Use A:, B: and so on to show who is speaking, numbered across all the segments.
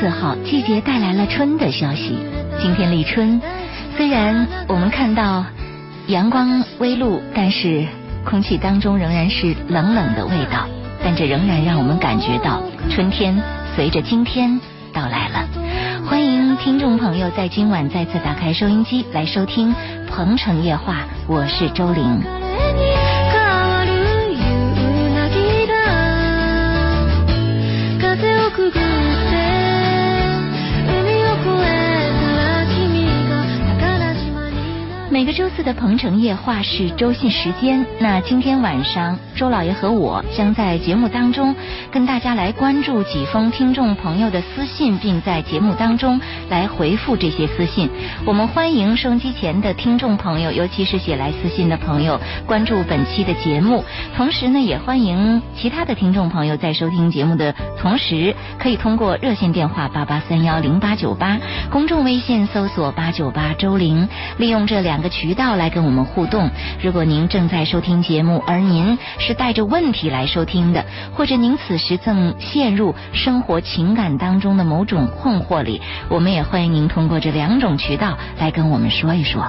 A: 四号，季节带来了春的消息。今天立春，虽然我们看到阳光微露，但是空气当中仍然是冷冷的味道，但这仍然让我们感觉到春天随着今天到来了。欢迎听众朋友在今晚再次打开收音机来收听《鹏城夜话》，我是周玲。每个周四的《鹏城夜话》是周信时间。那今天晚上，周老爷和我将在节目当中跟大家来关注几封听众朋友的私信，并在节目当中来回复这些私信。我们欢迎收音机前的听众朋友，尤其是写来私信的朋友，关注本期的节目。同时呢，也欢迎其他的听众朋友在收听节目的同时，可以通过热线电话八八三幺零八九八，公众微信搜索八九八周玲，利用这两。两个渠道来跟我们互动。如果您正在收听节目，而您是带着问题来收听的，或者您此时正陷入生活情感当中的某种困惑里，我们也欢迎您通过这两种渠道来跟我们说一说。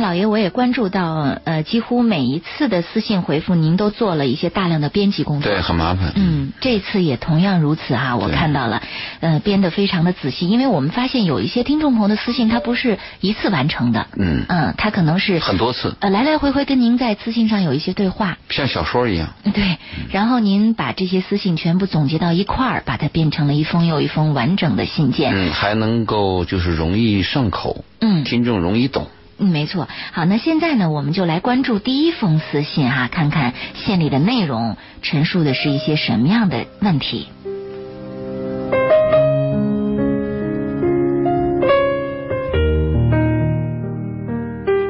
A: 老爷，我也关注到，呃，几乎每一次的私信回复，您都做了一些大量的编辑工作，
B: 对，很麻烦。
A: 嗯，这次也同样如此啊，我看到了，呃，编得非常的仔细，因为我们发现有一些听众朋友的私信，他不是一次完成的，
B: 嗯
A: 嗯，他可能是
B: 很多次，
A: 呃，来来回回跟您在私信上有一些对话，
B: 像小说一样。
A: 对，然后您把这些私信全部总结到一块儿，把它变成了一封又一封完整的信件，
B: 嗯，还能够就是容易上口，
A: 嗯，
B: 听众容易懂。
A: 嗯，没错。好，那现在呢，我们就来关注第一封私信哈、啊，看看信里的内容陈述的是一些什么样的问题。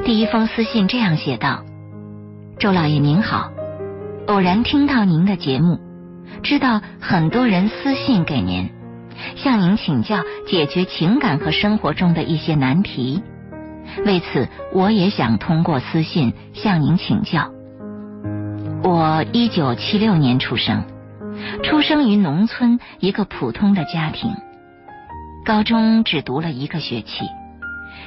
A: 第一封私信这样写道：“周老爷您好，偶然听到您的节目，知道很多人私信给您，向您请教解决情感和生活中的一些难题。”为此，我也想通过私信向您请教。我一九七六年出生，出生于农村一个普通的家庭。高中只读了一个学期，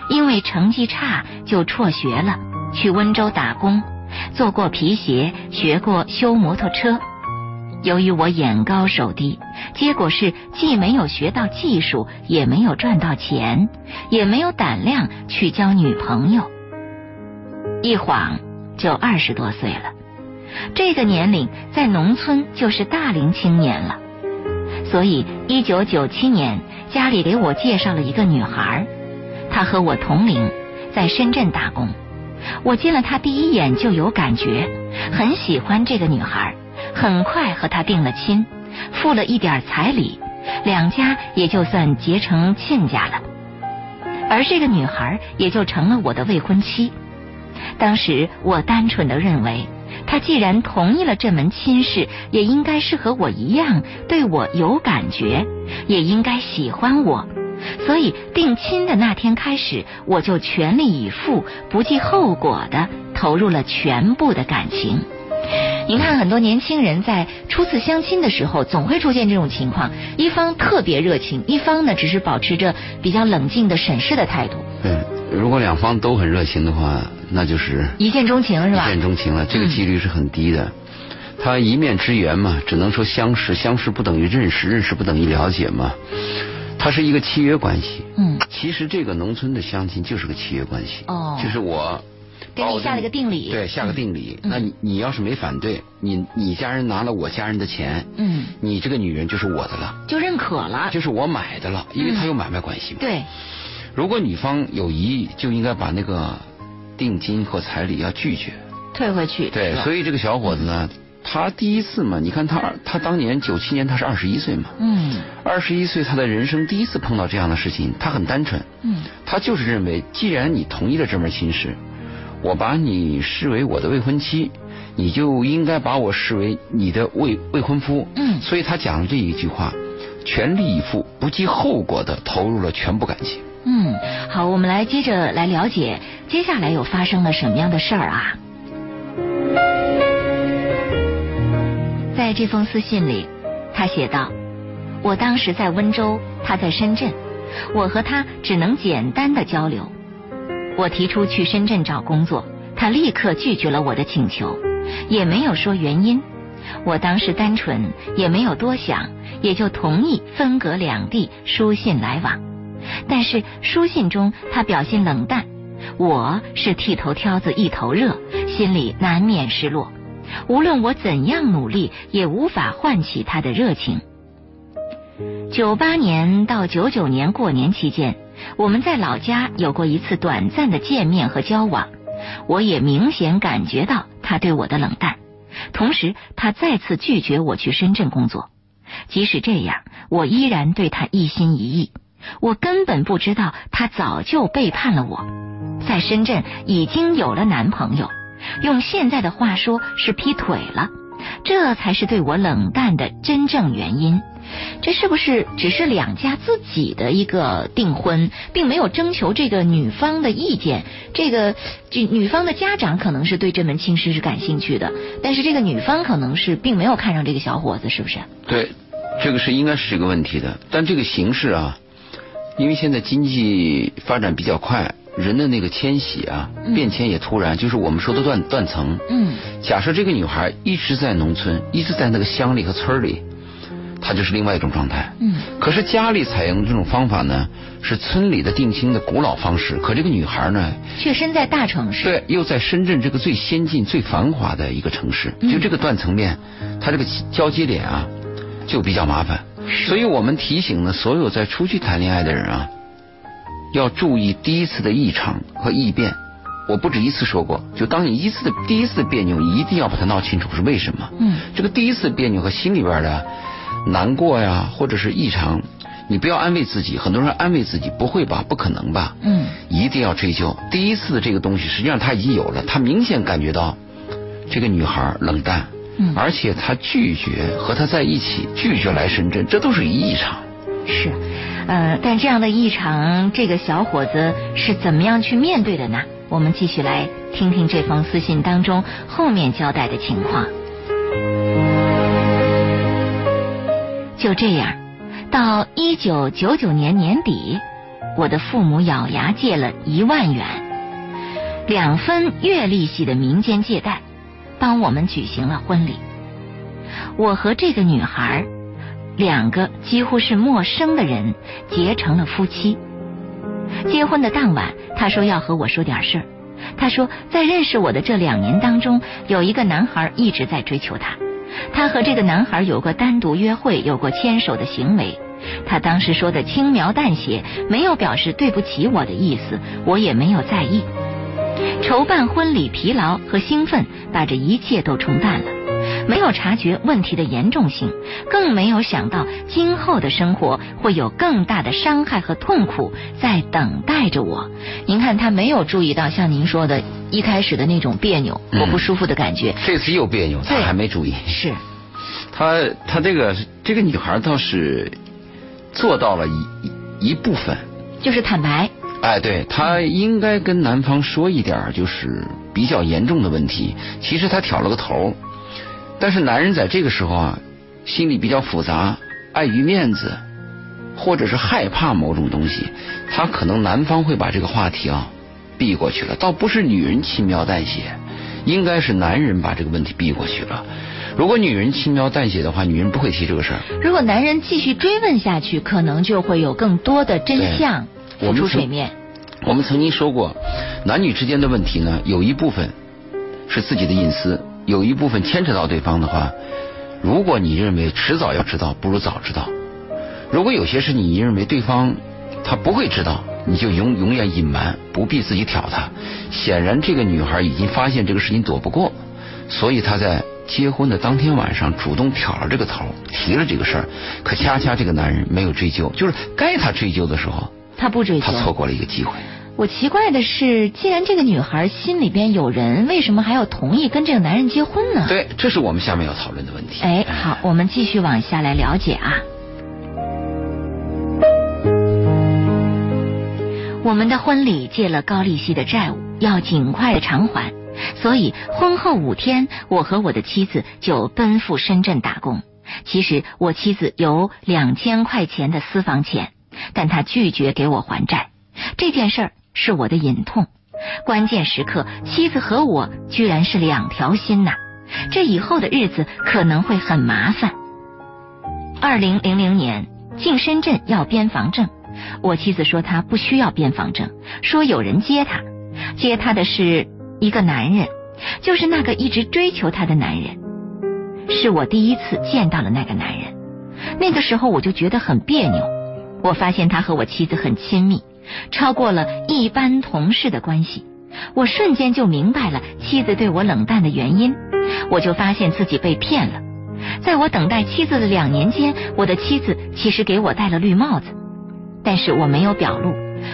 A: 因为成绩差就辍学了，去温州打工，做过皮鞋，学过修摩托车。由于我眼高手低，结果是既没有学到技术，也没有赚到钱，也没有胆量去交女朋友。一晃就二十多岁了，这个年龄在农村就是大龄青年了。所以，一九九七年，家里给我介绍了一个女孩，她和我同龄，在深圳打工。我见了她第一眼就有感觉，很喜欢这个女孩。很快和他定了亲，付了一点彩礼，两家也就算结成亲家了。而这个女孩也就成了我的未婚妻。当时我单纯的认为，她既然同意了这门亲事，也应该是和我一样对我有感觉，也应该喜欢我。所以定亲的那天开始，我就全力以赴、不计后果的投入了全部的感情。您看，很多年轻人在初次相亲的时候，总会出现这种情况：一方特别热情，一方呢只是保持着比较冷静的审视的态度。
B: 对，如果两方都很热情的话，那就是
A: 一见钟情是吧？
B: 一见钟情了，这个几率是很低的。他、嗯、一面之缘嘛，只能说相识，相识不等于认识，认识不等于了解嘛。它是一个契约关系。
A: 嗯。
B: 其实这个农村的相亲就是个契约关系。
A: 哦。
B: 就是我。
A: 给你下了个定理，
B: 对，下个定理。嗯、那你你要是没反对，你你家人拿了我家人的钱，
A: 嗯，
B: 你这个女人就是我的了，
A: 就认可了，
B: 就是我买的了，因为他有买卖关系嘛。
A: 嗯、对，
B: 如果女方有疑义，就应该把那个定金或彩礼要拒绝，
A: 退回去。
B: 对，所以这个小伙子呢，他第一次嘛，你看他他当年九七年他是二十一岁嘛，
A: 嗯，
B: 二十一岁他的人生第一次碰到这样的事情，他很单纯，
A: 嗯，
B: 他就是认为，既然你同意了这门亲事。我把你视为我的未婚妻，你就应该把我视为你的未未婚夫。
A: 嗯
B: 所以他讲了这一句话，全力以赴、不计后果的投入了全部感情。
A: 嗯，好，我们来接着来了解接下来又发生了什么样的事儿啊？在这封私信里，他写道：“我当时在温州，他在深圳，我和他只能简单的交流。我提出去深圳找工作，他立刻拒绝了我的请求，也没有说原因。我当时单纯，也没有多想，也就同意分隔两地书信来往。但是书信中他表现冷淡，我是剃头挑子一头热，心里难免失落。无论我怎样努力，也无法唤起他的热情。九八年到九九年过年期间，我们在老家有过一次短暂的见面和交往，我也明显感觉到他对我的冷淡，同时他再次拒绝我去深圳工作。即使这样，我依然对他一心一意。我根本不知道他早就背叛了我，在深圳已经有了男朋友，用现在的话说是劈腿了，这才是对我冷淡的真正原因。这是不是只是两家自己的一个订婚，并没有征求这个女方的意见？这个这女方的家长可能是对这门亲事是感兴趣的，但是这个女方可能是并没有看上这个小伙子，是不是？
B: 对，这个是应该是一个问题的，但这个形式啊，因为现在经济发展比较快，人的那个迁徙啊
A: 嗯，
B: 变迁也突然，就是我们说的断断层。
A: 嗯
B: 假设这个女孩一直在农村，一直在那个乡里和村里，她就是另外一种状态。
A: 嗯
B: 可是家里采用这种方法呢，是村里的定亲的古老方式。可这个女孩呢，
A: 却身在大城市。
B: 对，又在深圳这个最先进、最繁华的一个城市，
A: 嗯
B: 就这个断层面，它这个交接点啊，就比较麻烦。
A: 是
B: 所以我们提醒呢，所有在出去谈恋爱的人啊，要注意第一次的异常和异变。我不止一次说过，就当你一次的第一次的别扭，一定要把它闹清楚是为什么。
A: 嗯
B: 这个第一次别扭和心里边的难过呀，或者是异常，你不要安慰自己。很多人安慰自己，不会吧？不可能吧？
A: 嗯
B: 一定要追究。第一次的这个东西，实际上他已经有了，他明显感觉到这个女孩冷淡，
A: 嗯，
B: 而且他拒绝和她在一起，拒绝来深圳，这都是异常。
A: 是，呃，但这样的异常，这个小伙子是怎么样去面对的呢？我们继续来听听这封私信当中后面交代的情况。就这样，到一九九九年年底，我的父母咬牙借了一万元，两分月利息的民间借贷，帮我们举行了婚礼。我和这个女孩儿两个几乎是陌生的人结成了夫妻。结婚的当晚，他说要和我说点事儿。他说，在认识我的这两年当中，有一个男孩一直在追求他，他和这个男孩有过单独约会，有过牵手的行为。他当时说的轻描淡写，没有表示对不起我的意思，我也没有在意。筹办婚礼疲劳和兴奋把这一切都冲淡了，没有察觉问题的严重性，更没有想到今后的生活会有更大的伤害和痛苦在等待着我。您看，他没有注意到像您说的，一开始的那种别扭、
B: 嗯
A: 我不舒服的感觉，
B: 这次又别扭，他
A: 对
B: 还没注意。
A: 是，
B: 他他这个这个女孩倒是做到了一一一部分。
A: 就是坦白，
B: 哎，对她应该跟男方说一点儿，就是比较严重的问题。其实她挑了个头儿，但是男人在这个时候啊，心里比较复杂，碍于面子，或者是害怕某种东西，他可能男方会把这个话题啊避过去了。倒不是女人轻描淡写，应该是男人把这个问题避过去了。如果女人轻描淡写的话，女人不会提这个事儿。
A: 如果男人继续追问下去，可能就会有更多的真相浮
B: 对我们
A: 出
B: 曾
A: 水面。
B: 我们曾经说过，男女之间的问题呢，有一部分是自己的隐私，有一部分牵扯到对方的话，如果你认为迟早要知道，不如早知道。如果有些事你认为对方他不会知道，你就永永远隐瞒，不必自己挑他。显然，这个女孩已经发现这个事情躲不过，所以她在结婚的当天晚上主动挑了这个头，提了这个事儿。可恰恰这个男人没有追究，就是该他追究的时候，
A: 他不追
B: 他
A: 求，
B: 错过了一个机会。
A: 我奇怪的是，既然这个女孩心里边有人，为什么还要同意跟这个男人结婚呢？
B: 对，这是我们下面要讨论的问题。
A: 哎，好，我们继续往下来了解啊。我们的婚礼借了高利息的债务，要尽快的偿还，所以婚后五天，我和我的妻子就奔赴深圳打工。其实我妻子有两千块钱的私房钱，但她拒绝给我还债。这件事儿是我的隐痛。关键时刻，妻子和我居然是两条心呐、这以后的日子可能会很麻烦。二零零零年进深圳要边防证，我妻子说她不需要边防证，说有人接她，接她的是一个男人，就是那个一直追求她的男人。是我第一次见到了那个男人，那个时候我就觉得很别扭。我发现他和我妻子很亲密，超过了一般同事的关系。我瞬间就明白了妻子对我冷淡的原因，我就发现自己被骗了。在我等待妻子的两年间，我的妻子其实给我戴了绿帽子，但是我没有表露，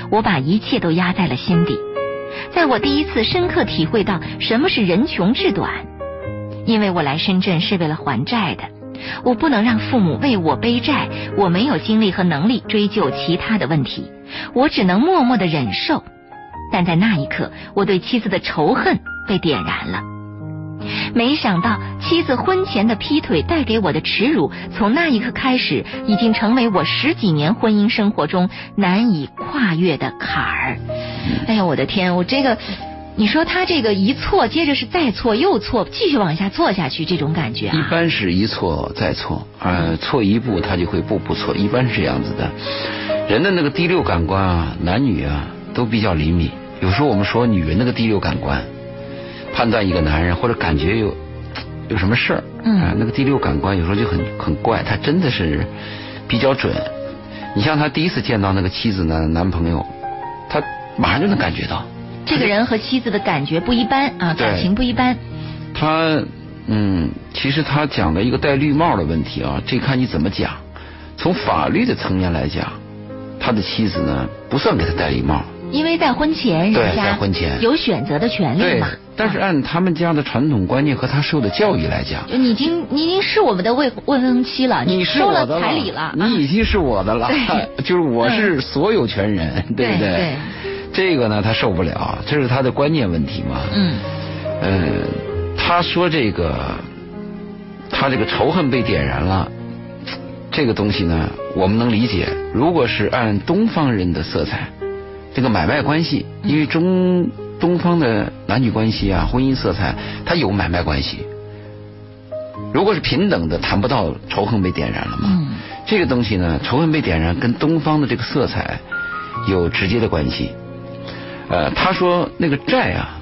A: 我把一切都压在了心底。在我第一次深刻体会到什么是人穷志短，因为我来深圳是为了还债的，我不能让父母为我背债，我没有精力和能力追究其他的问题，我只能默默的忍受。但在那一刻，我对妻子的仇恨被点燃了。没想到妻子婚前的劈腿带给我的耻辱，从那一刻开始，已经成为我十几年婚姻生活中难以跨越的坎儿。哎呀，我的天，我这个。你说他这个一错接着是再错又错，继续往下错下去，这种感觉
B: 一
A: 啊，
B: 般是一错再错，
A: 嗯
B: 呃，错一步他就会步步错，一般是这样子的。人的那个第六感官啊，男女啊都比较灵敏。有时候我们说女人那个第六感官，判断一个男人或者感觉有有什么事儿，
A: 嗯
B: 啊那个第六感官有时候就很很怪，他真的是比较准。你像他第一次见到那个妻子呢，男朋友，他马上就能感觉到。
A: 这个人和妻子的感觉不一般啊，
B: 对
A: 感情不一般。
B: 他嗯，其实他讲了一个戴绿帽的问题啊，这看你怎么讲。从法律的层面来讲，他的妻子呢不算给他戴绿帽，
A: 因为在婚前
B: 对
A: 人
B: 在
A: 家
B: 婚前
A: 有选择的权利
B: 对
A: 嘛。。
B: 但是按他们家的传统观念和他受的教育来讲，
A: 就你已经你已经是我们的未未婚妻了，
B: 是
A: 收
B: 我
A: 了
B: 的了，嗯
A: 彩礼了，
B: 你已经是我的了，
A: 对
B: 就是我是所有权人，对不
A: 对对
B: 这个呢，他受不了，这是他的观念问题嘛。
A: 嗯
B: 呃，他说这个，他这个仇恨被点燃了，这个东西呢，我们能理解。如果是按东方人的色彩，这个买卖关系，因为中东方的男女关系啊，婚姻色彩，它有买卖关系。如果是平等的，谈不到仇恨被点燃了嘛。
A: 嗯
B: 这个东西呢，仇恨被点燃跟东方的这个色彩有直接的关系。呃，他说那个债啊，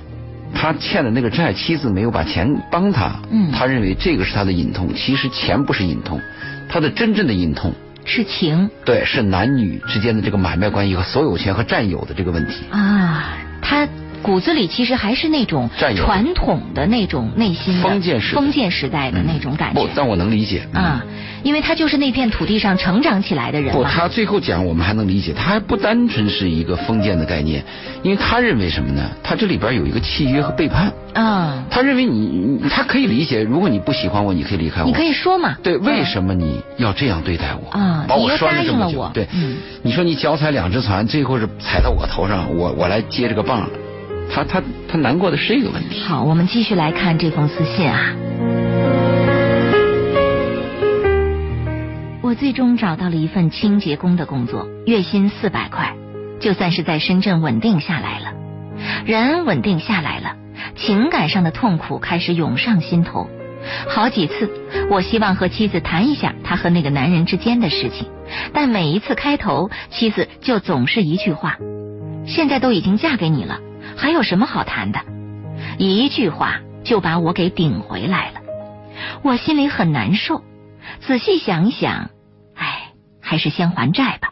B: 他欠的那个债，妻子没有把钱帮他，
A: 嗯
B: 他认为这个是他的隐痛，其实钱不是隐痛，他的真正的隐痛，
A: 是情
B: 对，是男女之间的这个买卖关系和所有权和占有的这个问题。
A: 啊，他骨子里其实还是那种
B: 占有
A: 传统的那种内心的
B: 封建时代
A: 封建时代的那种感觉
B: 嗯不，但我能理解。嗯
A: 啊，因为他就是那片土地上成长起来的人
B: 不，
A: 嘛。
B: 他最后讲我们还能理解，他还不单纯是一个封建的概念，因为他认为什么呢？他这里边有一个契约和背叛。
A: 嗯，
B: 他认为你你，他可以理解，如果你不喜欢我，你可以离开我。
A: 你可以说嘛。嗯
B: 对，为什么你要这样对待我？
A: 啊
B: 把
A: 你
B: 我
A: 又
B: 拴
A: 答
B: 着这
A: 应
B: 么
A: 了
B: 久。
A: 我
B: 对，
A: 嗯
B: 你说你脚踩两只船，最后是踩到我头上，我我来接这个棒，他他他难过的是这个问题。
A: 好，我们继续来看这封私信啊。我最终找到了一份清洁工的工作，月薪四百块，就算是在深圳稳定下来了，人稳定下来了，情感上的痛苦开始涌上心头。好几次，我希望和妻子谈一下她和那个男人之间的事情，但每一次开头，妻子就总是一句话：“现在都已经嫁给你了，还有什么好谈的？”一句话就把我给顶回来了，我心里很难受。仔细想一想，哎，还是先还债吧，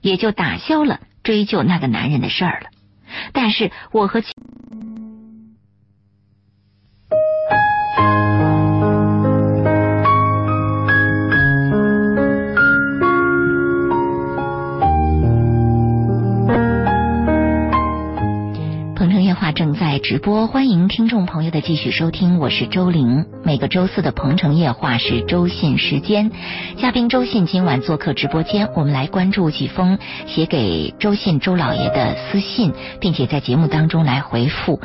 A: 也就打消了追究那个男人的事儿了。但是我和妻在直播，欢迎听众朋友的继续收听，我是周玲。每个周四的《鹏城夜话》是周信时间，嘉宾周信今晚做客直播间，我们来关注几封写给周信周老爷的私信，并且在节目当中来回复。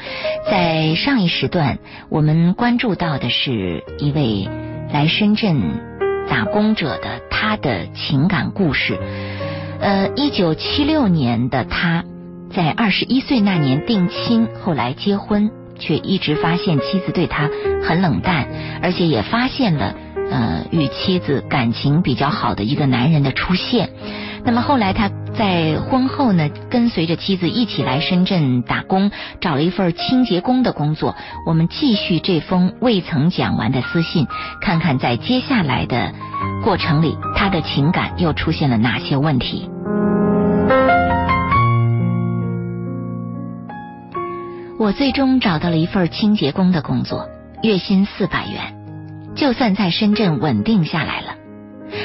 A: 在上一时段，我们关注到的是一位来深圳打工者的他的情感故事。呃，一九七六年的他。在二十一岁那年定亲，后来结婚，却一直发现妻子对他很冷淡，而且也发现了呃与妻子感情比较好的一个男人的出现。那么后来他在婚后呢，跟随着妻子一起来深圳打工，找了一份清洁工的工作。我们继续这封未曾讲完的私信，看看在接下来的过程里，他的情感又出现了哪些问题。我最终找到了一份清洁工的工作，月薪四百元。就算在深圳稳定下来了，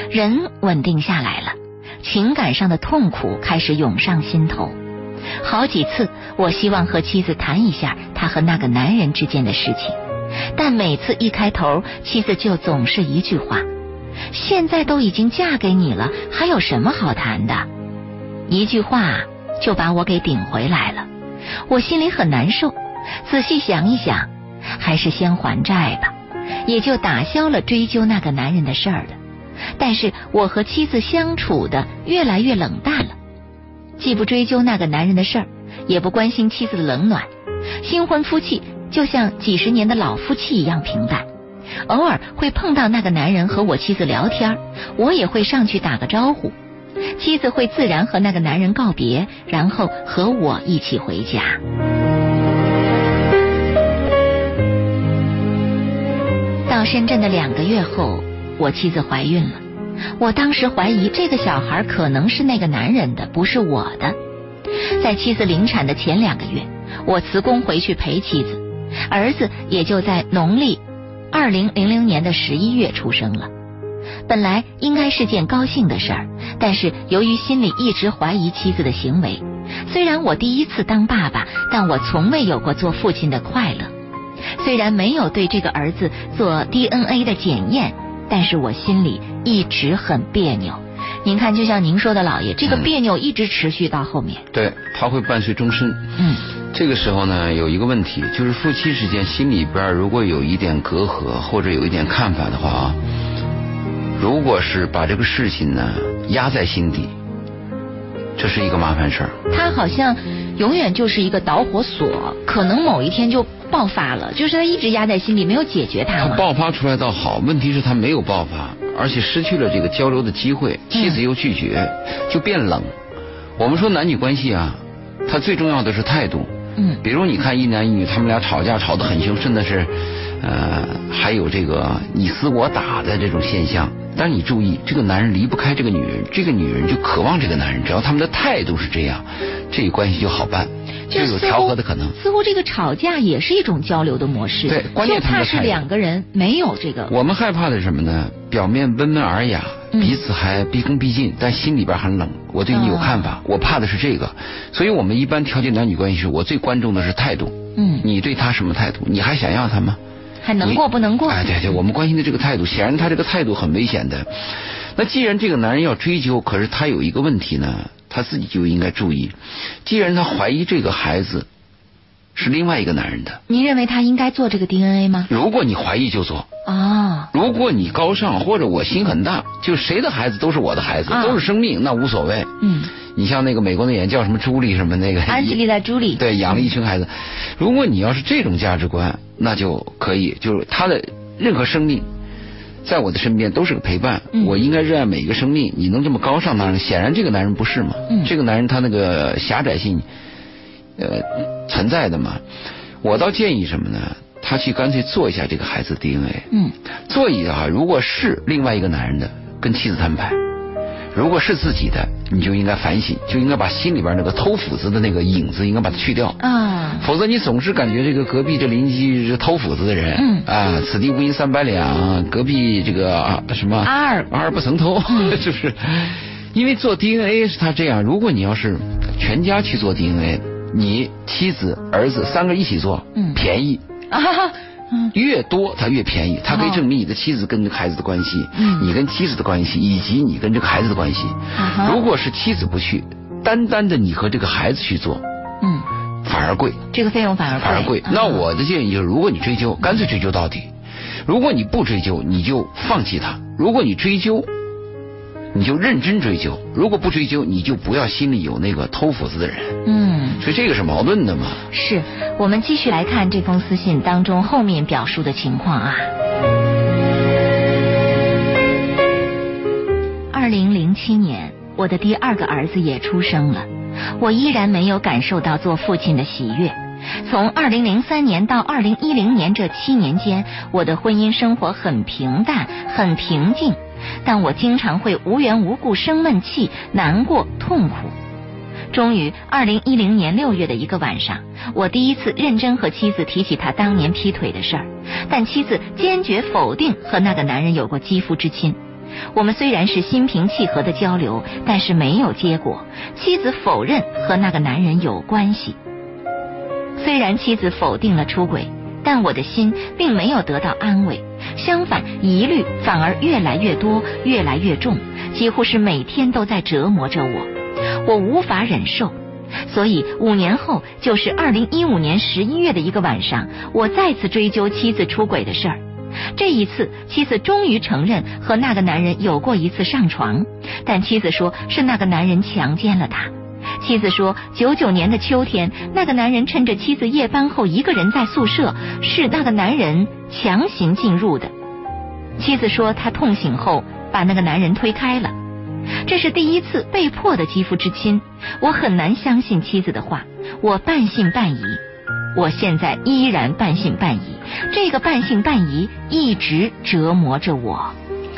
A: 人稳定下来了，情感上的痛苦开始涌上心头。好几次，我希望和妻子谈一下她和那个男人之间的事情，但每次一开头，妻子就总是一句话：“现在都已经嫁给你了，还有什么好谈的？”一句话就把我给顶回来了。我心里很难受，仔细想一想，还是先还债吧，也就打消了追究那个男人的事儿了。但是我和妻子相处的越来越冷淡了，既不追究那个男人的事儿，也不关心妻子的冷暖，新婚夫妻就像几十年的老夫妻一样平淡。偶尔会碰到那个男人和我妻子聊天，我也会上去打个招呼。妻子会自然和那个男人告别，然后和我一起回家。到深圳的两个月后，我妻子怀孕了。我当时怀疑这个小孩可能是那个男人的，不是我的。在妻子临产的前两个月，我辞工回去陪妻子，儿子也就在农历二零零零年的十一月出生了。本来应该是件高兴的事儿，但是由于心里一直怀疑妻子的行为，虽然我第一次当爸爸，但我从未有过做父亲的快乐。虽然没有对这个儿子做 DNA 的检验，但是我心里一直很别扭。您看，就像您说的，老爷，这个别扭一直持续到后面。
B: 对，它会伴随终身。
A: 嗯，
B: 这个时候呢，有一个问题，就是夫妻之间心里边如果有一点隔阂或者有一点看法的话啊。如果是把这个事情呢压在心底，这是一个麻烦事儿。
A: 他好像永远就是一个导火索，可能某一天就爆发了，就是他一直压在心里，没有解决它。
B: 他爆发出来倒好，问题是他没有爆发，而且失去了这个交流的机会，妻子又拒绝，嗯、就变冷。我们说男女关系啊，它最重要的是态度。
A: 嗯，
B: 比如你看一男一女，他们俩吵架吵得很凶，甚至是，呃，还有这个你死我打的这种现象。但是你注意，这个男人离不开这个女人，这个女人就渴望这个男人。只要他们的态度是这样，这个关系就好办，就有调和的可能。
A: 似乎这个吵架也是一种交流的模式，
B: 对，关键
A: 就怕是两个人没有这个。
B: 我们害怕的是什么呢？表面温文尔雅，
A: 嗯
B: 彼此还毕恭毕敬，但心里边很冷。我对你有看
A: 啊
B: 法，我怕的是这个。所以我们一般调节男女关系时，我最关注的是态度。
A: 嗯，
B: 你对他什么态度？你还想要他吗？
A: 还能过不能过？
B: 哎，对对，我们关心的这个态度，显然他这个态度很危险的。那既然这个男人要追究，可是他有一个问题呢，他自己就应该注意。既然他怀疑这个孩子是另外一个男人的，
A: 您认为他应该做这个 DNA 吗？
B: 如果你怀疑就做
A: 啊。
B: 哦、如果你高尚或者我心很大，就谁的孩子都是我的孩子，
A: 啊、
B: 都是生命，那无所谓。
A: 嗯。
B: 你像那个美国那演员叫什么朱莉什么那个
A: 安吉丽娜朱莉，
B: 对，养了一群孩子。如果你要是这种价值观，那就可以，就是他的任何生命，在我的身边都是个陪伴，
A: 嗯、
B: 我应该热爱每一个生命。你能这么高尚，当然，显然这个男人不是嘛，
A: 嗯、
B: 这个男人他那个狭窄性，呃，存在的嘛。我倒建议什么呢？他去干脆做一下这个孩子 DNA，
A: 嗯，
B: 做一下哈。啊如果是另外一个男人的，跟妻子摊牌。如果是自己的，你就应该反省，就应该把心里边那个偷斧子的那个影子，应该把它去掉
A: 啊，
B: 否则你总是感觉这个隔壁这邻居是偷斧子的人，
A: 嗯
B: 啊，此地无银三百两，隔壁这个、啊、什么
A: 阿尔
B: 阿尔不 曾偷，
A: 嗯
B: 是不是？因为做 DNA 是他这样，如果你要是全家去做 DNA，你妻子、儿子三个一起做，
A: 嗯
B: 便宜，
A: 啊哈，嗯
B: 越多它越便宜，它可以
A: 哦
B: 证明你的妻子跟这个孩子的关系，
A: 嗯
B: 你跟妻子的关系，以及你跟这个孩子的关系。
A: 啊哈，
B: 如果是妻子不去，单单的你和这个孩子去做，
A: 嗯，
B: 反而贵，
A: 这个费用反而
B: 反而贵。
A: 啊
B: 那我的建议就是，如果你追究，干脆追究到底；如果你不追究，你就放弃它；如果你追究，你就认真追究；如果不追究，你就不要心里有那个偷斧子的人。
A: 嗯。
B: 所以这个是矛盾的嘛。
A: 是我们继续来看这封私信当中后面表述的情况啊。二零零七年，我的第二个儿子也出生了，我依然没有感受到做父亲的喜悦。从二零零三年到二零一零年这七年间，我的婚姻生活很平淡，很平静，但我经常会无缘无故生闷气、难过、痛苦。终于，二零一零年六月的一个晚上，我第一次认真和妻子提起他当年劈腿的事儿，但妻子坚决否定和那个男人有过肌肤之亲。我们虽然是心平气和的交流，但是没有结果。妻子否认和那个男人有关系。虽然妻子否定了出轨，但我的心并没有得到安慰，相反，疑虑反而越来越多，越来越重，几乎是每天都在折磨着我。我无法忍受。所以五年后，就是二零一五年十一月的一个晚上，我再次追究妻子出轨的事儿。这一次，妻子终于承认和那个男人有过一次上床，但妻子说是那个男人强奸了她。妻子说，九九年的秋天，那个男人趁着妻子夜班后一个人在宿舍，是那个男人强行进入的。妻子说，她痛醒后把那个男人推开了。这是第一次被迫的肌肤之亲，我很难相信妻子的话，我半信半疑。我现在依然半信半疑，这个半信半疑一直折磨着我。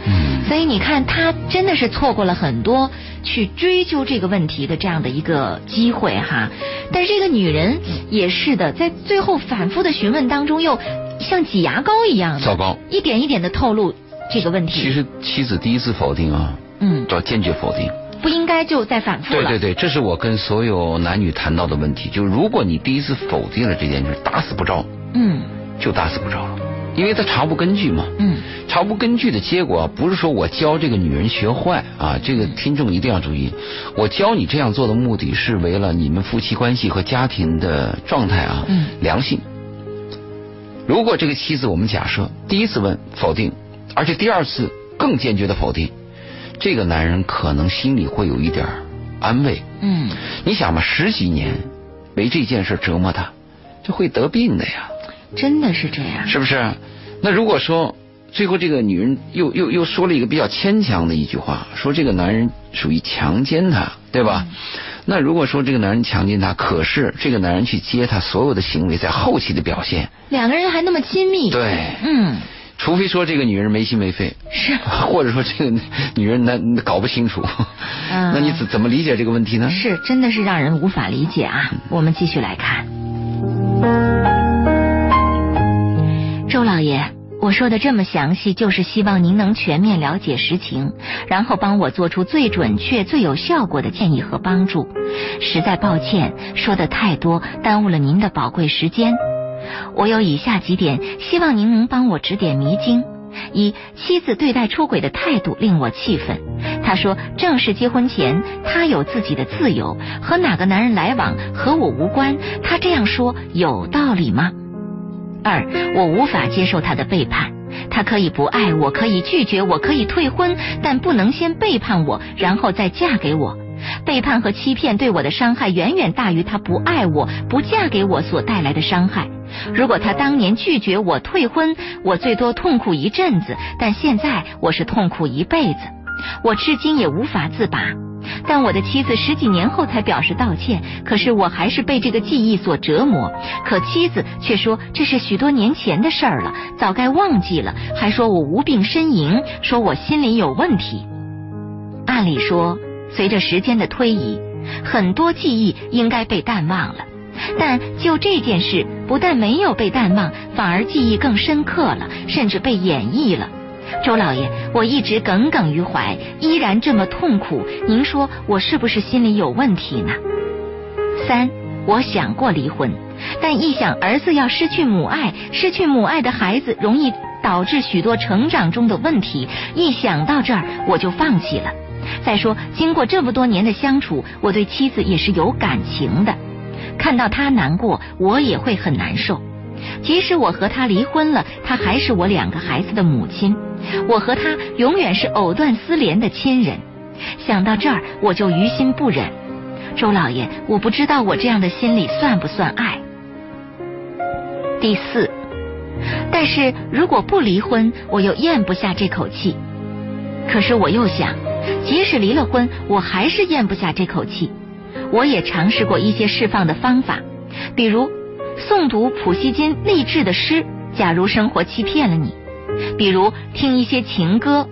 B: 嗯，
A: 所以你看，他真的是错过了很多去追究这个问题的这样的一个机会哈。但是这个女人
B: 嗯
A: 也是的，在最后反复的询问当中，又像挤牙膏一样
B: 糟
A: 的，
B: 糕。
A: 一点一点的透露这个问题。
B: 其，实妻子第一次否定啊，
A: 嗯，
B: 要坚决否定。
A: 不应该就再反复
B: 对
A: 了。
B: 对对，这是我跟所有男女谈到的问题，就是如果你第一次否定了这件事，打死不招，
A: 嗯
B: 就打死不招了，因为他查无根据嘛。
A: 嗯。
B: 查无根据的结果，啊不是说我教这个女人学坏啊，这个听众一定要注意，我教你这样做的目的是为了你们夫妻关系和家庭的状态啊，
A: 嗯
B: 良性。如果这个妻子，我们假设第一次问否定，而且第二次更坚决的否定，这个男人可能心里会有一点儿安慰。
A: 嗯，
B: 你想嘛，十几年为这件事折磨他，这会得病的呀。
A: 真的是这样。
B: 是不是？那如果说最后这个女人又又又说了一个比较牵强的一句话，说这个男人属于强奸她，对吧？
A: 嗯
B: 那如果说这个男人强奸她，可是这个男人去接她所有的行为在后期的表现，
A: 两个人还那么亲密。。
B: 对，
A: 嗯，
B: 除非说这个女人没心没肺，
A: 是。
B: 或者说这个 女人难搞不清楚，
A: 嗯
B: 那你怎怎么理解这个问题呢？
A: 是，真的是让人无法理解啊！我们继续来看，周老爷，我说的这么详细，就是希望您能全面了解实情，然后帮我做出最准确、最有效果的建议和帮助。实在抱歉，说的太多，耽误了您的宝贵时间。我有以下几点，希望您能帮我指点迷津。一，妻子对待出轨的态度令我气愤。她说，正式结婚前，她有自己的自由，和哪个男人来往和我无关。她这样说有道理吗？二，我无法接受她的背叛。她可以不爱我，可以拒绝我，可以退婚，但不能先背叛我，然后再嫁给我。背叛和欺骗对我的伤害远远大于她不爱我、不嫁给我所带来的伤害。如果他当年拒绝我退婚，我最多痛苦一阵子，但现在我是痛苦一辈子，我至今也无法自拔。但我的妻子十几年后才表示道歉，可是我还是被这个记忆所折磨。可妻子却说这是许多年前的事儿了，早该忘记了，还说我无病呻吟，说我心里有问题。按理说，随着时间的推移，很多记忆应该被淡忘了。但就这件事，不但没有被淡忘，反而记忆更深刻了，甚至被演绎了。周老爷，我一直耿耿于怀，依然这么痛苦。您说我是不是心里有问题呢？三，我想过离婚，但一想儿子要失去母爱，失去母爱的孩子容易导致许多成长中的问题，一想到这儿我就放弃了。再说，经过这么多年的相处，我对妻子也是有感情的，看到她难过，我也会很难受。即使我和她离婚了，她还是我两个孩子的母亲，我和她永远是藕断丝连的亲人。想到这儿，我就于心不忍。周老爷，我不知道我这样的心理算不算爱。第四，但是如果不离婚，我又咽不下这口气。可是我又想，即使离了婚，我还是咽不下这口气。我也尝试过一些释放的方法，比如诵读普希金励志的诗，假如生活欺骗了你；比如听一些情歌。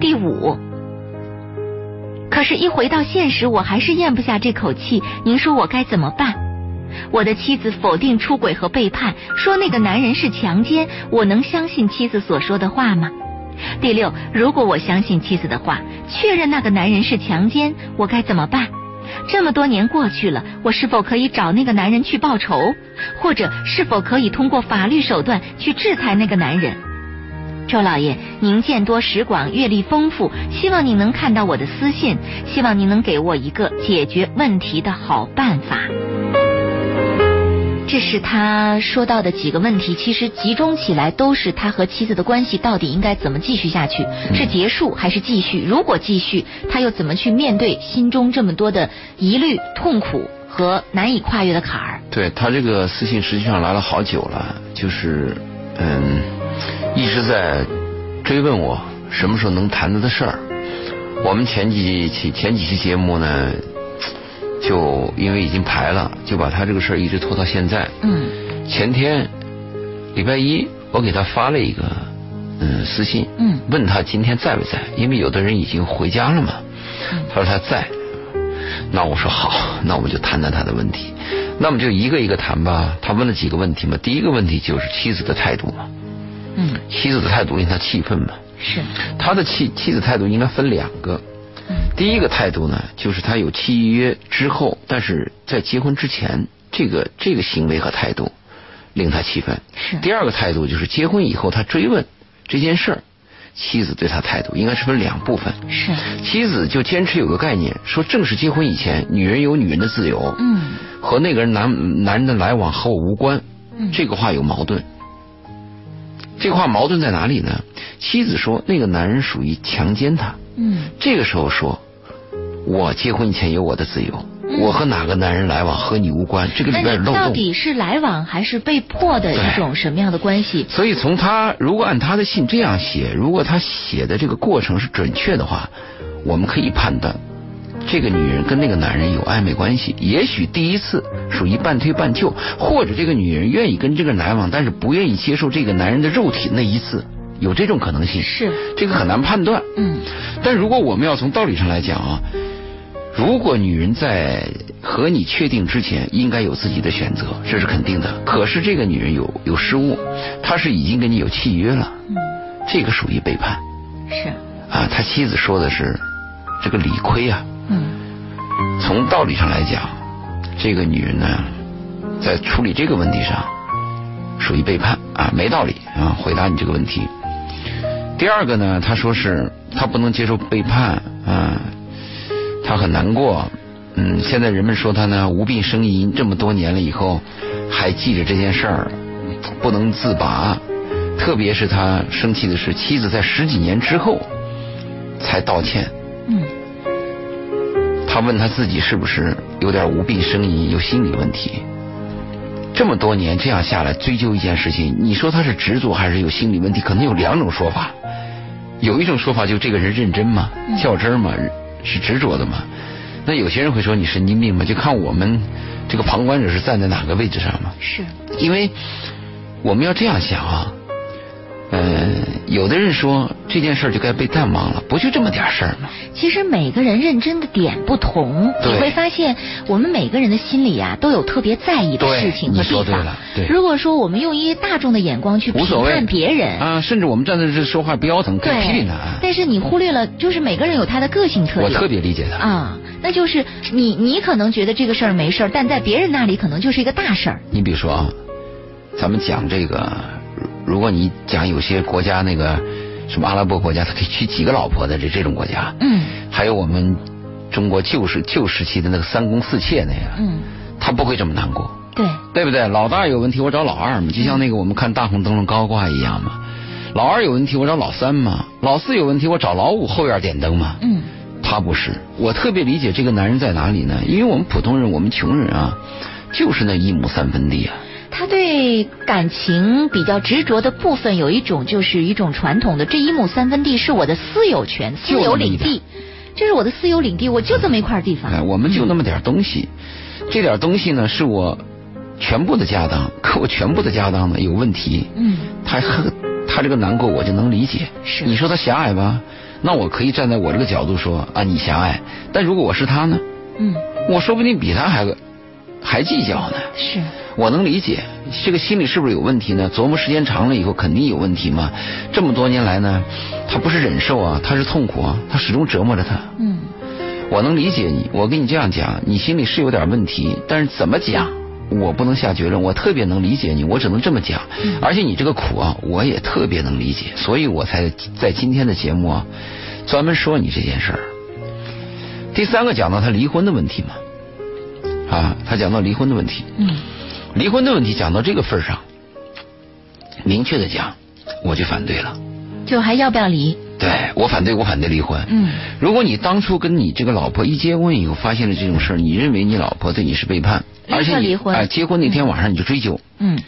A: 第五，可是，一回到现实，我还是咽不下这口气。您说我该怎么办？我的妻子否定出轨和背叛，说那个男人是强奸，我能相信妻子所说的话吗？第六，如果我相信妻子的话，确认那个男人是强奸，我该怎么办？这么多年过去了，我是否可以找那个男人去报仇，或者是否可以通过法律手段去制裁那个男人？周老爷，您见多识广，阅历丰富，希望您能看到我的私信，希望您能给我一个解决问题的好办法。这是他说到的几个问题，其实集中起来都是他和妻子的关系到底应该怎么继续下去，是结束还是继续？如果继续，他又怎么去面对心中这么多的疑虑、痛苦和难以跨越的坎儿？
B: 对他这个私信实际上来了好久了，就是嗯，一直在追问我什么时候能谈到的事儿。我们前几期前几期节目呢，就因为已经排了，就把他这个事儿一直拖到现在。
A: 嗯
B: 前天礼拜一，我给他发了一个嗯私信，
A: 嗯
B: 问他今天在不在，因为有的人已经回家了嘛。
A: 嗯
B: 他说他在，那我说好，那我们就谈谈他的问题。那我们就一个一个谈吧。他问了几个问题嘛，第一个问题就是妻子的态度嘛，
A: 嗯，
B: 妻子的态度令他气愤嘛。
A: 是，
B: 他的妻妻子态度应该分两个，
A: 嗯
B: 第一个态度呢，就是他有契约之后，但是在结婚之前，这个这个行为和态度令他气愤。
A: 是
B: 第二个态度就是结婚以后，他追问这件事儿，妻子对他态度应该是分两部分。
A: 是，
B: 妻子就坚持有个概念，说正式结婚以前，女人有女人的自由，
A: 嗯
B: 和那个人男男人的来往和我无关。
A: 嗯
B: 这个话有矛盾。这个话矛盾在哪里呢？妻子说那个男人属于强奸她，
A: 嗯
B: 这个时候说，我结婚以前有我的自由，
A: 嗯
B: 我和哪个男人来往和你无关，这个里
A: 那
B: 边有
A: 你
B: 漏
A: 到
B: 洞。
A: 底是来往还是被迫的一种什么样的关系？
B: 所以从他如果按他的信这样写，如果他写的这个过程是准确的话，我们可以判断，这个女人跟那个男人有暧昧关系，也许第一次属于半推半就，或者这个女人愿意跟这个男往，但是不愿意接受这个男人的肉体那一次，有这种可能性。
A: 是，
B: 这个很难判断。
A: 嗯
B: 但如果我们要从道理上来讲啊，如果女人在和你确定之前，应该有自己的选择，这是肯定的。可是这个女人有有失误，她是已经跟你有契约了，
A: 嗯，
B: 这个属于背叛
A: 是，
B: 啊。他妻子说的是这个理亏啊。
A: 嗯
B: 从道理上来讲，这个女人呢，在处理这个问题上属于背叛啊，没道理啊。回答你这个问题。第二个呢，她说是她不能接受背叛啊，她很难过。嗯，现在人们说她呢无病呻吟，这么多年了以后还记着这件事儿，不能自拔。特别是她生气的是，妻子在十几年之后才道歉。
A: 嗯
B: 他问他自己是不是有点无病呻吟，有心理问题。这么多年这样下来追究一件事情，你说他是执着还是有心理问题？可能有两种说法。有一种说法就这个人认真嘛
A: 嗯，
B: 较真儿嘛，是执着的嘛。那有些人会说你神经病嘛，就看我们这个旁观者是站在哪个位置上嘛。
A: 是，
B: 因为我们要这样想啊，呃，有的人说这件事儿就该被淡忘了，不就这么点儿事儿吗？
A: 其实每个人认真的点不同，
B: 对
A: 你会发现我们每个人的心里啊都有特别在意的
B: 对
A: 事情和
B: 你说
A: 地
B: 对
A: 方
B: 了。对
A: 如果说我们用一大众的眼光去
B: 无
A: 评
B: 所谓
A: 判别人，
B: 啊，甚至我们站在这说话不腰疼，可以批
A: 对
B: 评他。啊，
A: 但是你忽略了，就是每个人有他的个性特
B: 我
A: 点。
B: 特别理解他。
A: 啊，那就是你你可能觉得这个事儿没事儿，但在别人那里可能就是一个大事儿。
B: 你比如说啊，咱们讲这个，如果你讲有些国家那个什么阿拉伯国家，他可以娶几个老婆的这这种国家，
A: 嗯
B: 还有我们中国旧时旧时期的那个三宫四妾那样，
A: 嗯，
B: 他不会这么难过，
A: 对，
B: 对不对？老大有问题，我找老二嘛，就
A: 嗯
B: 像那个我们看大红灯笼高挂一样嘛。老二有问题，我找老三嘛；老四有问题，我找老五后院点灯嘛。
A: 嗯
B: 他不是，我特别理解这个男人在哪里呢？因为我们普通人，我们穷人啊，就是那一亩三分地啊。，
A: 他对感情比较执着的部分有一种就是一种传统的，这一亩三分地是我的私有权、私
B: 就
A: 有
B: 那么一
A: 领
B: 点
A: 地，这是我的私有领地，我就这么一块地方。
B: 哎，我们就那么点儿东西，这点儿东西呢，是我全部的家当。可我全部的家当呢有问题，
A: 嗯，
B: 他很他这个难过，我就能理解。
A: 是
B: 你说他狭隘吧？那我可以站在我这个角度说啊，你狭隘。但如果我是他呢，
A: 嗯
B: 我说不定比他还还计较呢。
A: 是
B: 我能理解，这个心理是不是有问题呢？琢磨时间长了以后，肯定有问题嘛。这么多年来呢，他不是忍受啊，他是痛苦啊，他始终折磨着他。
A: 嗯
B: 我能理解你，我跟你这样讲，你心里是有点问题，但是怎么讲，我不能下结论。我特别能理解你，我只能这么讲。而且你这个苦啊，我也特别能理解，所以我才在今天的节目啊，专门说你这件事儿。第三个讲到他离婚的问题嘛，啊，他讲到离婚的问题，
A: 嗯
B: 离婚的问题讲到这个份儿上，明确的讲，我就反对了。
A: 就还要不要离？
B: 对我反对，我反对离婚。
A: 嗯
B: 如果你当初跟你这个老婆一结婚以后发现了这种事儿，你认为你老婆对你是背叛，
A: 立刻
B: 而且你
A: 离婚
B: 哎、结婚那天晚上你就追究。
A: 嗯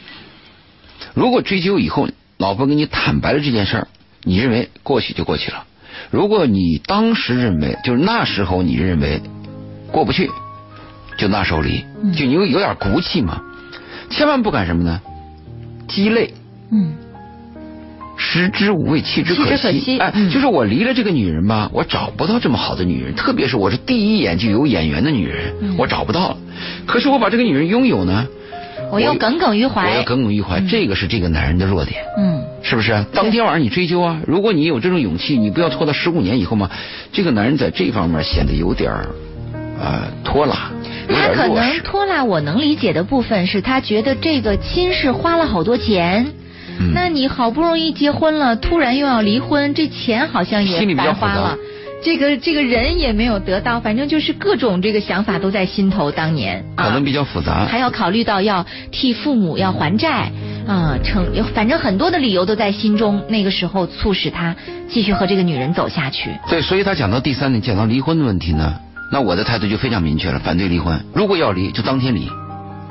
B: 如果追究以后，老婆跟你坦白了这件事儿，你认为过去就过去了。如果你当时认为，就是那时候你认为过不去，就那时候离，
A: 嗯
B: 就你有有点骨气嘛，千万不敢什么呢？鸡肋。
A: 嗯
B: 食之无味，弃之可惜。
A: 弃之可惜
B: 哎，
A: 嗯
B: 就是我离了这个女人吧，我找不到这么好的女人，特别是我是第一眼就有眼缘的女人，
A: 嗯
B: 我找不到了。可是我把这个女人拥有呢，
A: 我又耿耿于怀
B: 我要耿耿于怀，
A: 嗯
B: 这个是这个男人的弱点。
A: 嗯
B: 是不是？当天晚上你追究啊！如果你有这种勇气，你不要拖到十五年以后嘛。这个男人在这方面显得有点儿，呃，拖拉，有
A: 他
B: 点
A: 可
B: 弱
A: 能
B: 势。
A: 拖拉，我能理解的部分是他觉得这个亲是花了好多钱。
B: 嗯
A: 那啊你好不容易结婚了，突然又要离婚，这钱好像也
B: 心里比
A: 白
B: 较复杂
A: 花了，这个这个人也没有得到，反正就是各种这个想法都在心头。当年
B: 可能比较复杂
A: 啊，。还要考虑到要替父母要还债啊，成反正很多的理由都在心中，那个时候促使他继续和这个女人走下去。
B: 对，所以他讲到第三点，讲到离婚的问题呢，那我的态度就非常明确了，反对离婚。如果要离，就当天离，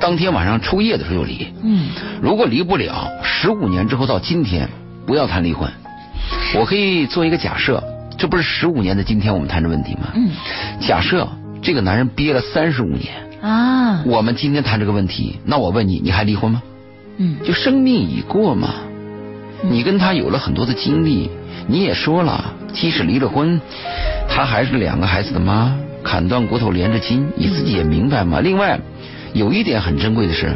B: 当天晚上初夜的时候就离。
A: 嗯，
B: 如果离不了，十五年之后到今天，不要谈离婚。我可以做一个假设，这不是十五年的今天我们谈这问题吗？
A: 嗯
B: 假设这个男人憋了三十五年，
A: 啊，
B: 我们今天谈这个问题，那我问你，你还离婚吗？
A: 嗯
B: 就生命已过嘛。
A: 嗯
B: 你跟他有了很多的经历，你也说了，即使离了婚，他还是两个孩子的妈，砍断骨头连着筋，你自己也明白嘛。另外，有一点很珍贵的是，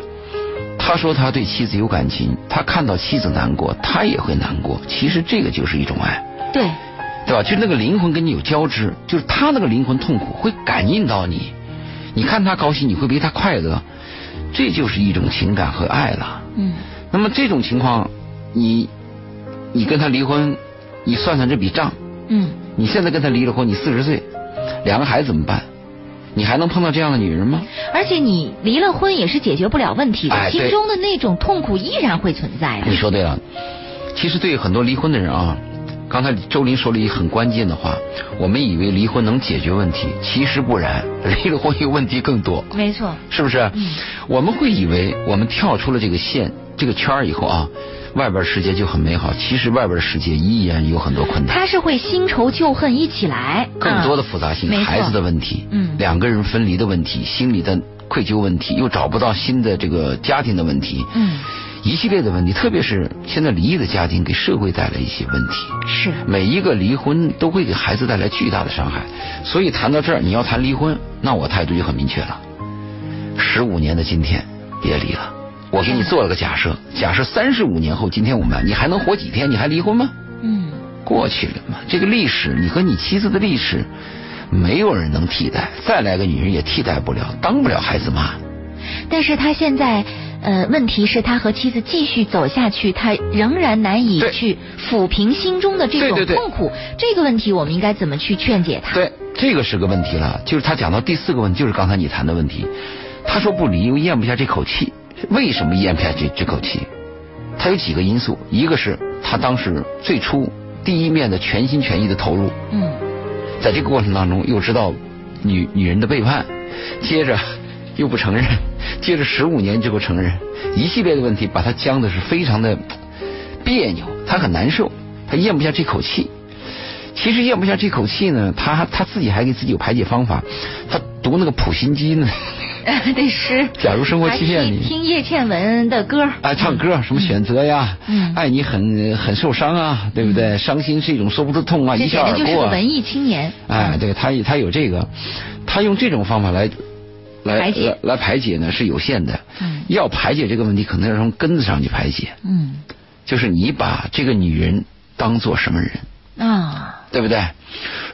B: 他说他对妻子有感情，他看到妻子难过，他也会难过。其实这个就是一种爱，
A: 对，
B: 对吧？就是那个灵魂跟你有交织，就是他那个灵魂痛苦会感应到你，你看他高兴，你会为他快乐，这就是一种情感和爱了。
A: 嗯
B: 那么这种情况，你你跟他离婚，你算算这笔账，
A: 嗯
B: 你现在跟他离了婚，你四十岁，两个孩子怎么办？你还能碰到这样的女人吗？
A: 而且你离了婚也是解决不了问题的，
B: 哎对
A: 心中的那种痛苦依然会存在啊
B: 你
A: 的。
B: 说对了，其实对很多离婚的人啊，刚才周林说了一个很关键的话，我们以为离婚能解决问题，其实不然，离了婚有问题更多。
A: 没错，
B: 是不是？
A: 嗯
B: 我们会以为我们跳出了这个线、这个圈儿以后啊，外边世界就很美好。其实外边世界依然有很多困难，
A: 他是会新仇旧恨一起来，
B: 更多的
A: 啊
B: 复杂性，
A: 没错
B: 孩子的问题，
A: 嗯
B: 两个人分离的问题，心理的愧疚问题，又找不到新的这个家庭的问题，
A: 嗯
B: 一系列的问题，特别是现在离异的家庭给社会带来一些问题。
A: 嗯是
B: 每一个离婚都会给孩子带来巨大的伤害，所以谈到这儿，你要谈离婚，那我态度就很明确了。十五年的今天，别离了。我给你做了个假设，假设三十五年后，今天我们你还能活几天？你还离婚吗？
A: 嗯
B: 过去了嘛，这个历史，你和你妻子的历史，没有人能替代，再来个女人也替代不了，当不了孩子妈。
A: 但是他现在，呃，问题是，他和妻子继续走下去，他仍然难以
B: 对
A: 去抚平心中的这种
B: 对对对
A: 痛苦。这个问题，我们应该怎么去劝解他？
B: 对，这个是个问题了。就是他讲到第四个问题，就是刚才你谈的问题。他说不离，又咽不下这口气。为什么咽不下这这口气？他有几个因素，一个是他当时最初第一面的全心全意的投入，
A: 嗯，
B: 在这个过程当中又知道女女人的背叛，接着又不承认，接着十五年之后承认，一系列的问题把他僵的是非常的别扭，他很难受，他咽不下这口气。其实咽不下这口气呢，他他自己还给自己有排解方法，他读那个普心机呢，
A: 得是。
B: 假如生活欺骗你
A: 还是听叶倩文的歌儿。
B: 啊，唱歌什么选择呀，
A: 嗯
B: 爱你很很受伤啊，对不对？伤心是一种说不出痛啊，
A: 嗯这
B: 一笑
A: 简
B: 而
A: 直
B: 过、啊。
A: 就是个文艺青年。
B: 哎，对他他有这个，他用这种方法来来
A: 排解
B: 来来排解呢是有限的。
A: 嗯
B: 要排解这个问题，可能要从根子上去排解，
A: 嗯
B: 就是你把这个女人当做什么人，
A: 啊
B: 对不对？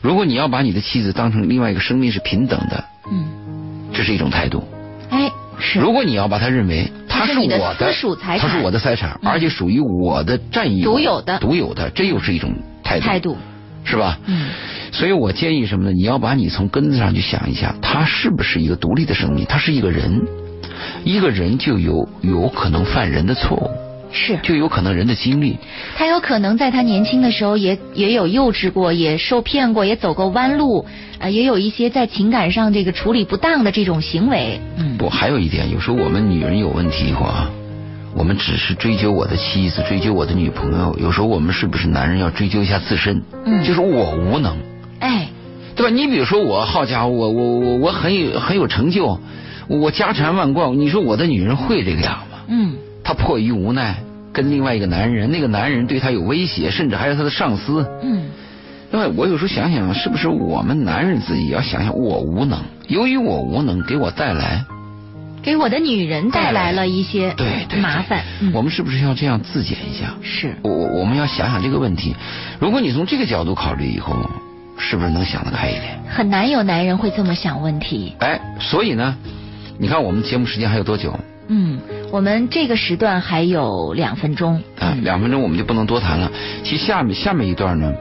B: 如果你要把你的妻子当成另外一个生命是平等的，
A: 嗯，
B: 这是一种态度。
A: 哎是。
B: 如果你要把她认为她
A: 她是
B: 是
A: 你的
B: 我
A: 私
B: 的，
A: 属财
B: 她是
A: 产
B: 我的财产，
A: 嗯
B: 而且属于我的占有
A: 独有的
B: 独有的，这又是一种态度，
A: 态度
B: 是吧？
A: 嗯
B: 所以我建议什么呢？你要把你从根子上去想一下，他是不是一个独立的生命？他是一个人，一个人就有有可能犯人的错误，
A: 是。
B: 就有可能人的经历。
A: 他有可能在他年轻的时候也也有幼稚过，也受骗过，也走过弯路，呃，也有一些在情感上这个处理不当的这种行为。嗯，
B: 不，还有一点，有时候我们女人有问题以后啊，我们只是追究我的妻子，追究我的女朋友。有时候我们是不是男人要追究一下自身？
A: 嗯
B: 就是我无能。
A: 哎，
B: 对吧？你比如说我，好家伙，我我我我很有很有成就，我家产万贯。你说我的女人会这个样吗？
A: 嗯
B: 她迫于无奈跟另外一个男人，那个男人对她有威胁，甚至还是她的上司。
A: 嗯，
B: 另外，我有时候想想，是不是我们男人自己要想想，我无能，由于我无能，给我带来
A: 给我的女人带来了一些
B: 对对对
A: 麻烦。嗯
B: 我们是不是要这样自检一下？
A: 是
B: 我我我们要想想这个问题。如果你从这个角度考虑以后，是不是能想得开一点？
A: 很难有男人会这么想问题。
B: 哎，所以呢，你看我们节目时间还有多久？
A: 嗯，我们这个时段还有两分钟。
B: 啊，
A: 嗯
B: 两分钟我们就不能多谈了。其实下面下面一段呢，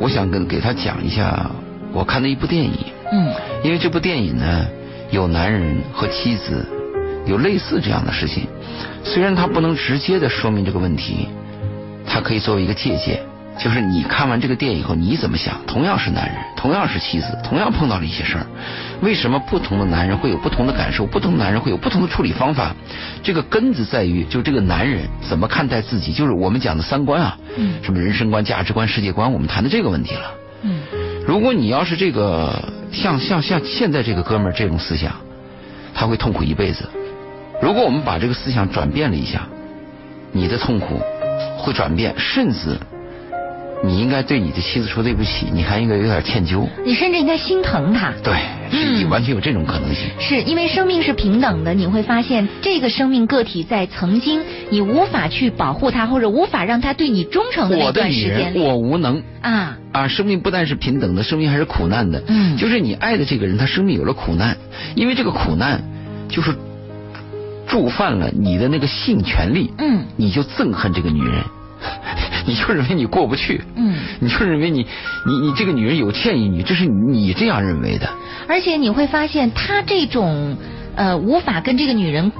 B: 我想跟给他讲一下我看的一部电影，
A: 嗯
B: 因为这部电影呢有男人和妻子有类似这样的事情，虽然它不能直接的说明这个问题，它可以作为一个借鉴。就是你看完这个电影以后，你怎么想？同样是男人，同样是妻子，同样碰到了一些事儿，为什么不同的男人会有不同的感受？不同的男人会有不同的处理方法？这个根子在于，就这个男人怎么看待自己，就是我们讲的三观啊，
A: 嗯
B: 什么人生观、价值观、世界观，我们谈的这个问题了。
A: 嗯
B: 如果你要是这个像像像现在这个哥们儿这种思想，他会痛苦一辈子。如果我们把这个思想转变了一下，你的痛苦会转变，甚至你应该对你的妻子说对不起，你还应该有点歉疚。
A: 你甚至应该心疼他。
B: 对，是你
A: 嗯
B: 完全有这种可能性。
A: 是因为生命是平等的，你会发现这个生命个体在曾经你无法去保护它，或者无法让它对你忠诚的那
B: 我的
A: 段
B: 女
A: 时
B: 人
A: 间，里
B: 我无能
A: 啊，
B: 啊！生命不但是平等的，生命还是苦难的。
A: 嗯
B: 就是你爱的这个人，他生命有了苦难，因为这个苦难就是触犯了你的那个性权利。
A: 嗯
B: 你就憎恨这个女人， 你就认为你过不去，
A: 嗯，
B: 你就认为你你你这个女人有欠于你，这是你这样认为的。
A: 而且你会发现他这种呃无法跟这个女人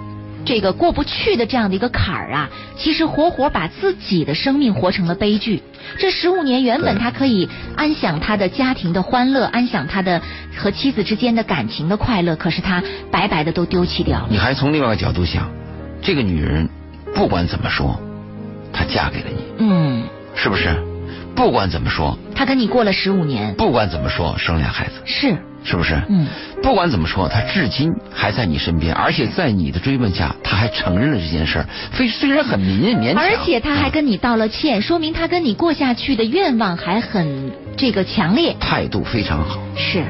A: 这个过不去的这样的一个坎儿啊，其实活活把自己的生命活成了悲剧。这十五年原本
B: 对
A: 他可以安享他的家庭的欢乐，安享他的和妻子之间的感情的快乐，可是他白白的都丢弃掉了。
B: 你还从另外一个角度想，这个女人不管怎么说，她嫁给了你，
A: 嗯。
B: 是不是？不管怎么说，
A: 他跟你过了十五年，
B: 不管怎么说，生俩孩子，
A: 是，
B: 是不是？
A: 嗯，
B: 不管怎么说，她至今还在你身边，而且在你的追问下，她还承认了这件事儿，非虽然很勉勉强，
A: 而且他还
B: 嗯
A: 跟你道了歉，说明他跟你过下去的愿望还很这个强烈，
B: 态度非常好。嗯
A: 是。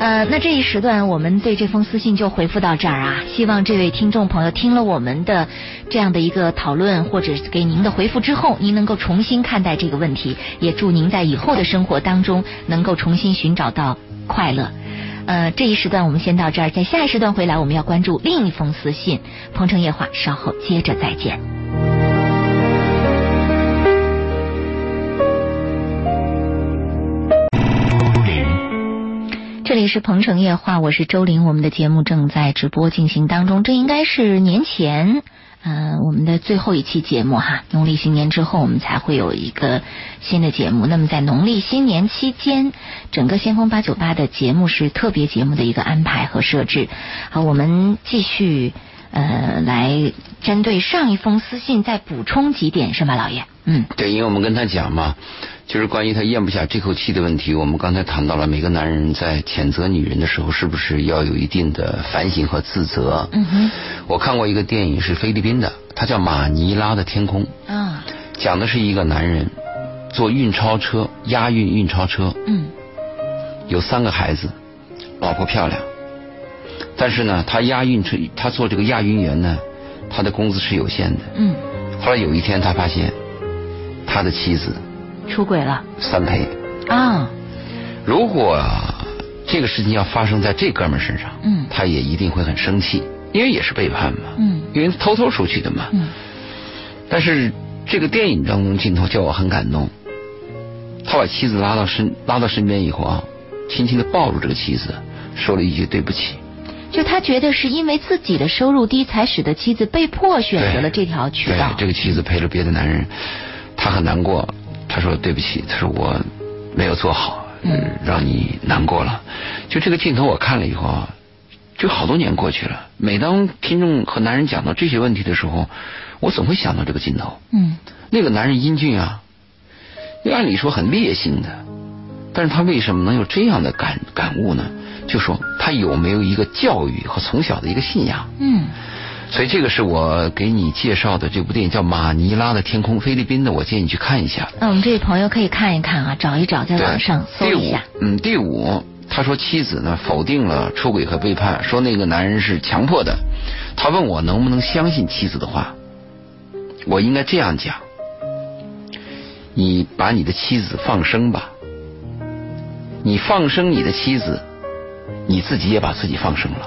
A: 呃，那这一时段我们对这封私信就回复到这儿啊。希望这位听众朋友听了我们的这样的一个讨论，或者是给您的回复之后，您能够重新看待这个问题。也祝您在以后的生活当中能够重新寻找到快乐。呃，这一时段我们先到这儿，在下一时段回来我们要关注另一封私信。鹏城夜话稍后接着再见。这里是鹏城夜话，我是周玲，我们的节目正在直播进行当中，这应该是年前。呃，我们的最后一期节目哈，农历新年之后我们才会有一个新的节目。那么在农历新年期间，整个先锋八九八的节目是特别节目的一个安排和设置。好，我们继续呃来针对上一封私信再补充几点是吧，老爷？嗯，
B: 对，因为我们跟他讲嘛，就是关于他咽不下这口气的问题。我们刚才谈到了，每个男人在谴责女人的时候，是不是要有一定的反省和自责？
A: 嗯哼，
B: 我看过一个电影，是菲律宾的，它叫《马尼拉的天空》，
A: 啊，
B: 讲的是一个男人坐运钞车，押运运钞车，
A: 嗯
B: 有三个孩子，老婆漂亮，但是呢，他押运车，他做这个押运员呢，他的工资是有限的。
A: 嗯，
B: 后来有一天，他发现他的妻子
A: 出轨了
B: 三陪。
A: 啊，
B: 如果啊这个事情要发生在这哥们儿身上，
A: 嗯
B: 他也一定会很生气，因为也是背叛嘛，
A: 嗯
B: 因为偷偷出去的嘛。
A: 嗯
B: 但是这个电影当中镜头叫我很感动，他把妻子拉到身拉到身边以后啊，轻轻的抱住这个妻子，说了一句对不起。
A: 就他觉得是因为自己的收入低，才使得妻子被迫选择了这条渠道。
B: 对这个妻子陪了别的男人，他很难过。他说对不起，他说我没有做好，
A: 嗯
B: 呃让你难过了。就这个镜头我看了以后啊，就好多年过去了。每当听众和男人讲到这些问题的时候，我总会想到这个镜头。
A: 嗯
B: 那个男人英俊啊，因为按理说很烈性的，但是他为什么能有这样的感感悟呢？就说他有没有一个教育和从小的一个信仰？
A: 嗯
B: 所以这个是我给你介绍的这部电影，叫《马尼拉的天空》，菲律宾的，我建议你去看一下。
A: 那我们这位朋友可以看一看啊，找一找，在网上搜
B: 对 第
A: 一
B: 五
A: 下。，
B: 嗯，第五，他说妻子呢否定了出轨和背叛，说那个男人是强迫的。他问我能不能相信妻子的话，我应该这样讲：你把你的妻子放生吧，你放生你的妻子，你自己也把自己放生了。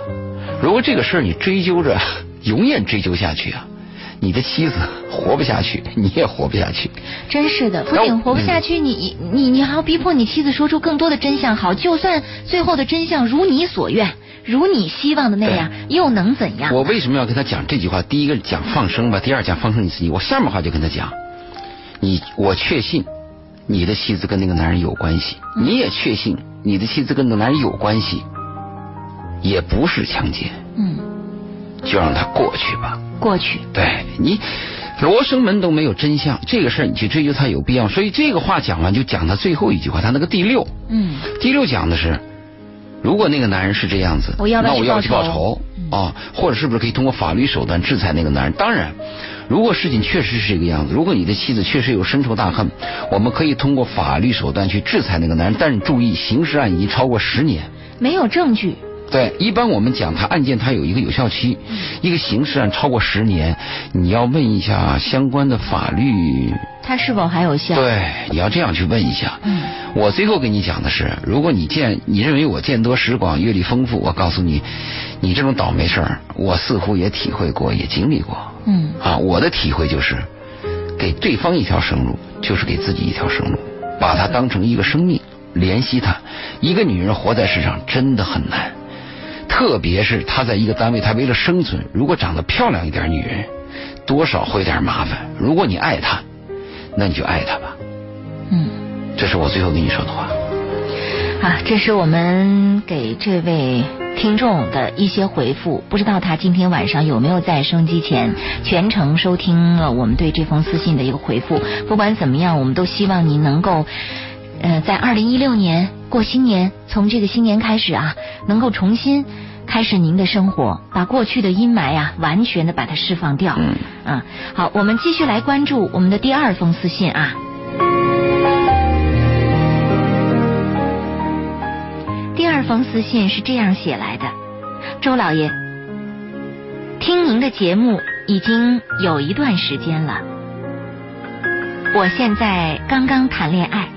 B: 如果这个事儿你追究着，永远追究下去啊，你的妻子活不下去，你也活不下去。
A: 真是的，不仅活不下去，你你你还要逼迫你妻子说出更多的真相。好，就算最后的真相如你所愿，如你希望的那样，又能怎样？
B: 我为什么要跟他讲这句话？第一个讲放生吧，第二讲放生你自己。我下面话就跟他讲，你我确信你的妻子跟那个男人有关系，你也确信你的妻子跟那个男人有关系，也不是强奸，
A: 嗯，
B: 就让他过去吧。
A: 过去，
B: 对你，罗生门都没有真相，这个事儿你去追究他有必要。所以这个话讲完就讲他最后一句话，他那个第六，
A: 嗯
B: 第六讲的是，如果那个男人是这样子，
A: 我要不
B: 那
A: 要
B: 我
A: 去
B: 要
A: 报
B: 去报
A: 仇嗯
B: 仇啊，或者是不是可以通过法律手段制裁那个男人？当然，如果事情确实是这个样子，如果你的妻子确实有深仇大恨，我们可以通过法律手段去制裁那个男人。但是注意，刑事案已经超过十年。
A: 没有证据，
B: 对，一般我们讲它案件它有一个有效期，
A: 嗯
B: 一个刑事案超过十年，你要问一下相关的法律
A: 他是否还有效？
B: 对，你要这样去问一下。
A: 嗯
B: 我最后跟你讲的是，如果你见你认为我见多识广、阅历丰富，我告诉你，你这种倒霉事儿，我似乎也体会过，也经历过。
A: 嗯
B: 啊，我的体会就是，给对方一条生路，就是给自己一条生路，把它当成一个生命怜惜它。一个女人活在世上真的很难，特别是她在一个单位，她为了生存，如果长得漂亮一点，女人多少会有点麻烦。如果你爱她，那你就爱她吧。
A: 嗯。
B: 这是我最后跟你说的话。
A: 啊，这是我们给这位听众的一些回复，不知道他今天晚上有没有在收音机前全程收听了我们对这封私信的一个回复。不管怎么样，我们都希望您能够，呃，在二零一六年过新年，从这个新年开始啊，能够重新开始您的生活，把过去的阴霾啊，完全的把它释放掉。
B: 嗯，
A: 啊，好，我们继续来关注我们的第二封私信啊。第二封私信是这样写来的：周老爷，听您的节目已经有一段时间了，我现在刚刚谈恋爱，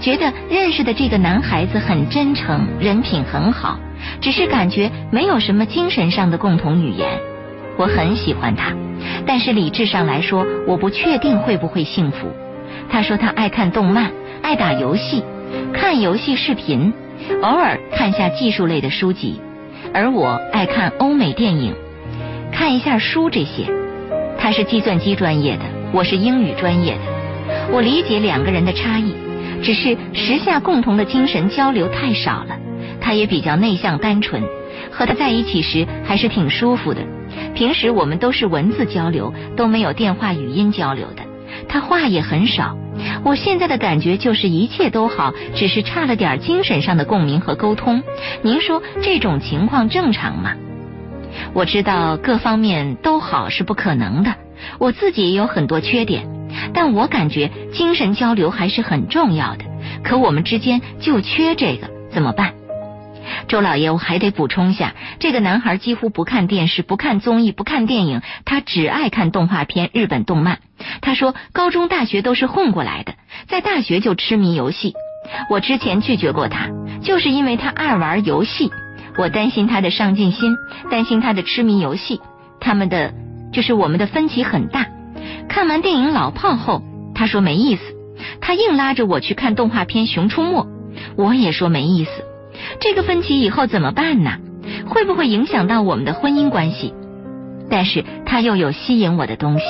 A: 觉得认识的这个男孩子很真诚，人品很好，只是感觉没有什么精神上的共同语言。我很喜欢他，但是理智上来说，我不确定会不会幸福。他说他爱看动漫，爱打游戏，看游戏视频，偶尔看下技术类的书籍，而我爱看欧美电影，看一下书这些。他是计算机专业的，我是英语专业的。我理解两个人的差异，只是时下共同的精神交流太少了。他也比较内向单纯，和他在一起时还是挺舒服的。平时我们都是文字交流，都没有电话语音交流的。他话也很少。我现在的感觉就是一切都好，只是差了点精神上的共鸣和沟通。您说这种情况正常吗？我知道各方面都好是不可能的，我自己也有很多缺点。但我感觉精神交流还是很重要的，可我们之间就缺这个，怎么办？周老爷，我还得补充下，这个男孩几乎不看电视、不看综艺、不看电影，他只爱看动画片、日本动漫。他说，高中、大学都是混过来的，在大学就痴迷游戏。我之前拒绝过他，就是因为他爱玩游戏，我担心他的上进心，担心他的痴迷游戏，他们的就是我们的分歧很大。看完电影《老炮》后，他说没意思，他硬拉着我去看动画片《熊出没》，我也说没意思。这个分歧以后怎么办呢？会不会影响到我们的婚姻关系？但是他又有吸引我的东西，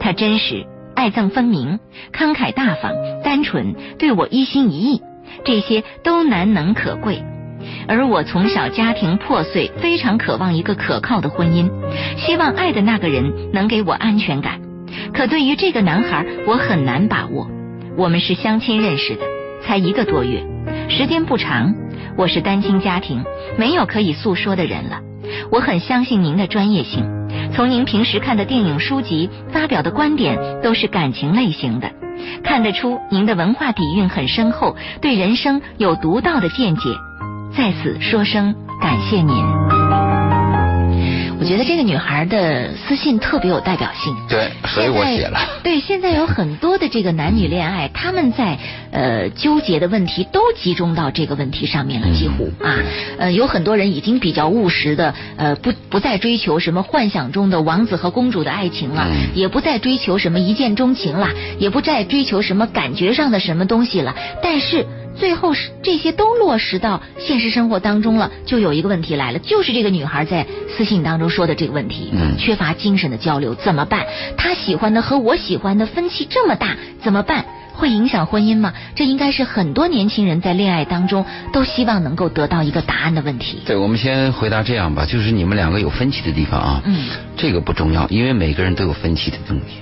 A: 他真实、爱憎分明、慷慨大方、单纯，对我一心一意，这些都难能可贵。而我从小家庭破碎，非常渴望一个可靠的婚姻，希望爱的那个人能给我安全感。可对于这个男孩，我很难把握。我们是相亲认识的，才一个多月，时间不长。我是单亲家庭，没有可以诉说的人了。我很相信您的专业性，从您平时看的电影、书籍、发表的观点都是感情类型的，看得出您的文化底蕴很深厚，对人生有独到的见解。在此说声感谢您。
C: 我觉得这个女孩的私信特别有代表性。
B: 对，所以我写了。
C: 对，现在有很多的这个男女恋爱，他们在呃纠结的问题都集中到这个问题上面了，几乎
B: 嗯
C: 啊，呃，有很多人已经比较务实的，呃，不不再追求什么幻想中的王子和公主的爱情了，
B: 嗯
C: 也不再追求什么一见钟情了，也不再追求什么感觉上的什么东西了，但是。最后是这些都落实到现实生活当中了，就有一个问题来了，就是这个女孩在私信当中说的这个问题，
B: 嗯
C: 缺乏精神的交流怎么办？她喜欢的和我喜欢的分歧这么大，怎么办？会影响婚姻吗？这应该是很多年轻人在恋爱当中都希望能够得到一个答案的问题。
B: 对，我们先回答这样吧，就是你们两个有分歧的地方啊，
C: 嗯，
B: 这个不重要，因为每个人都有分歧的东西。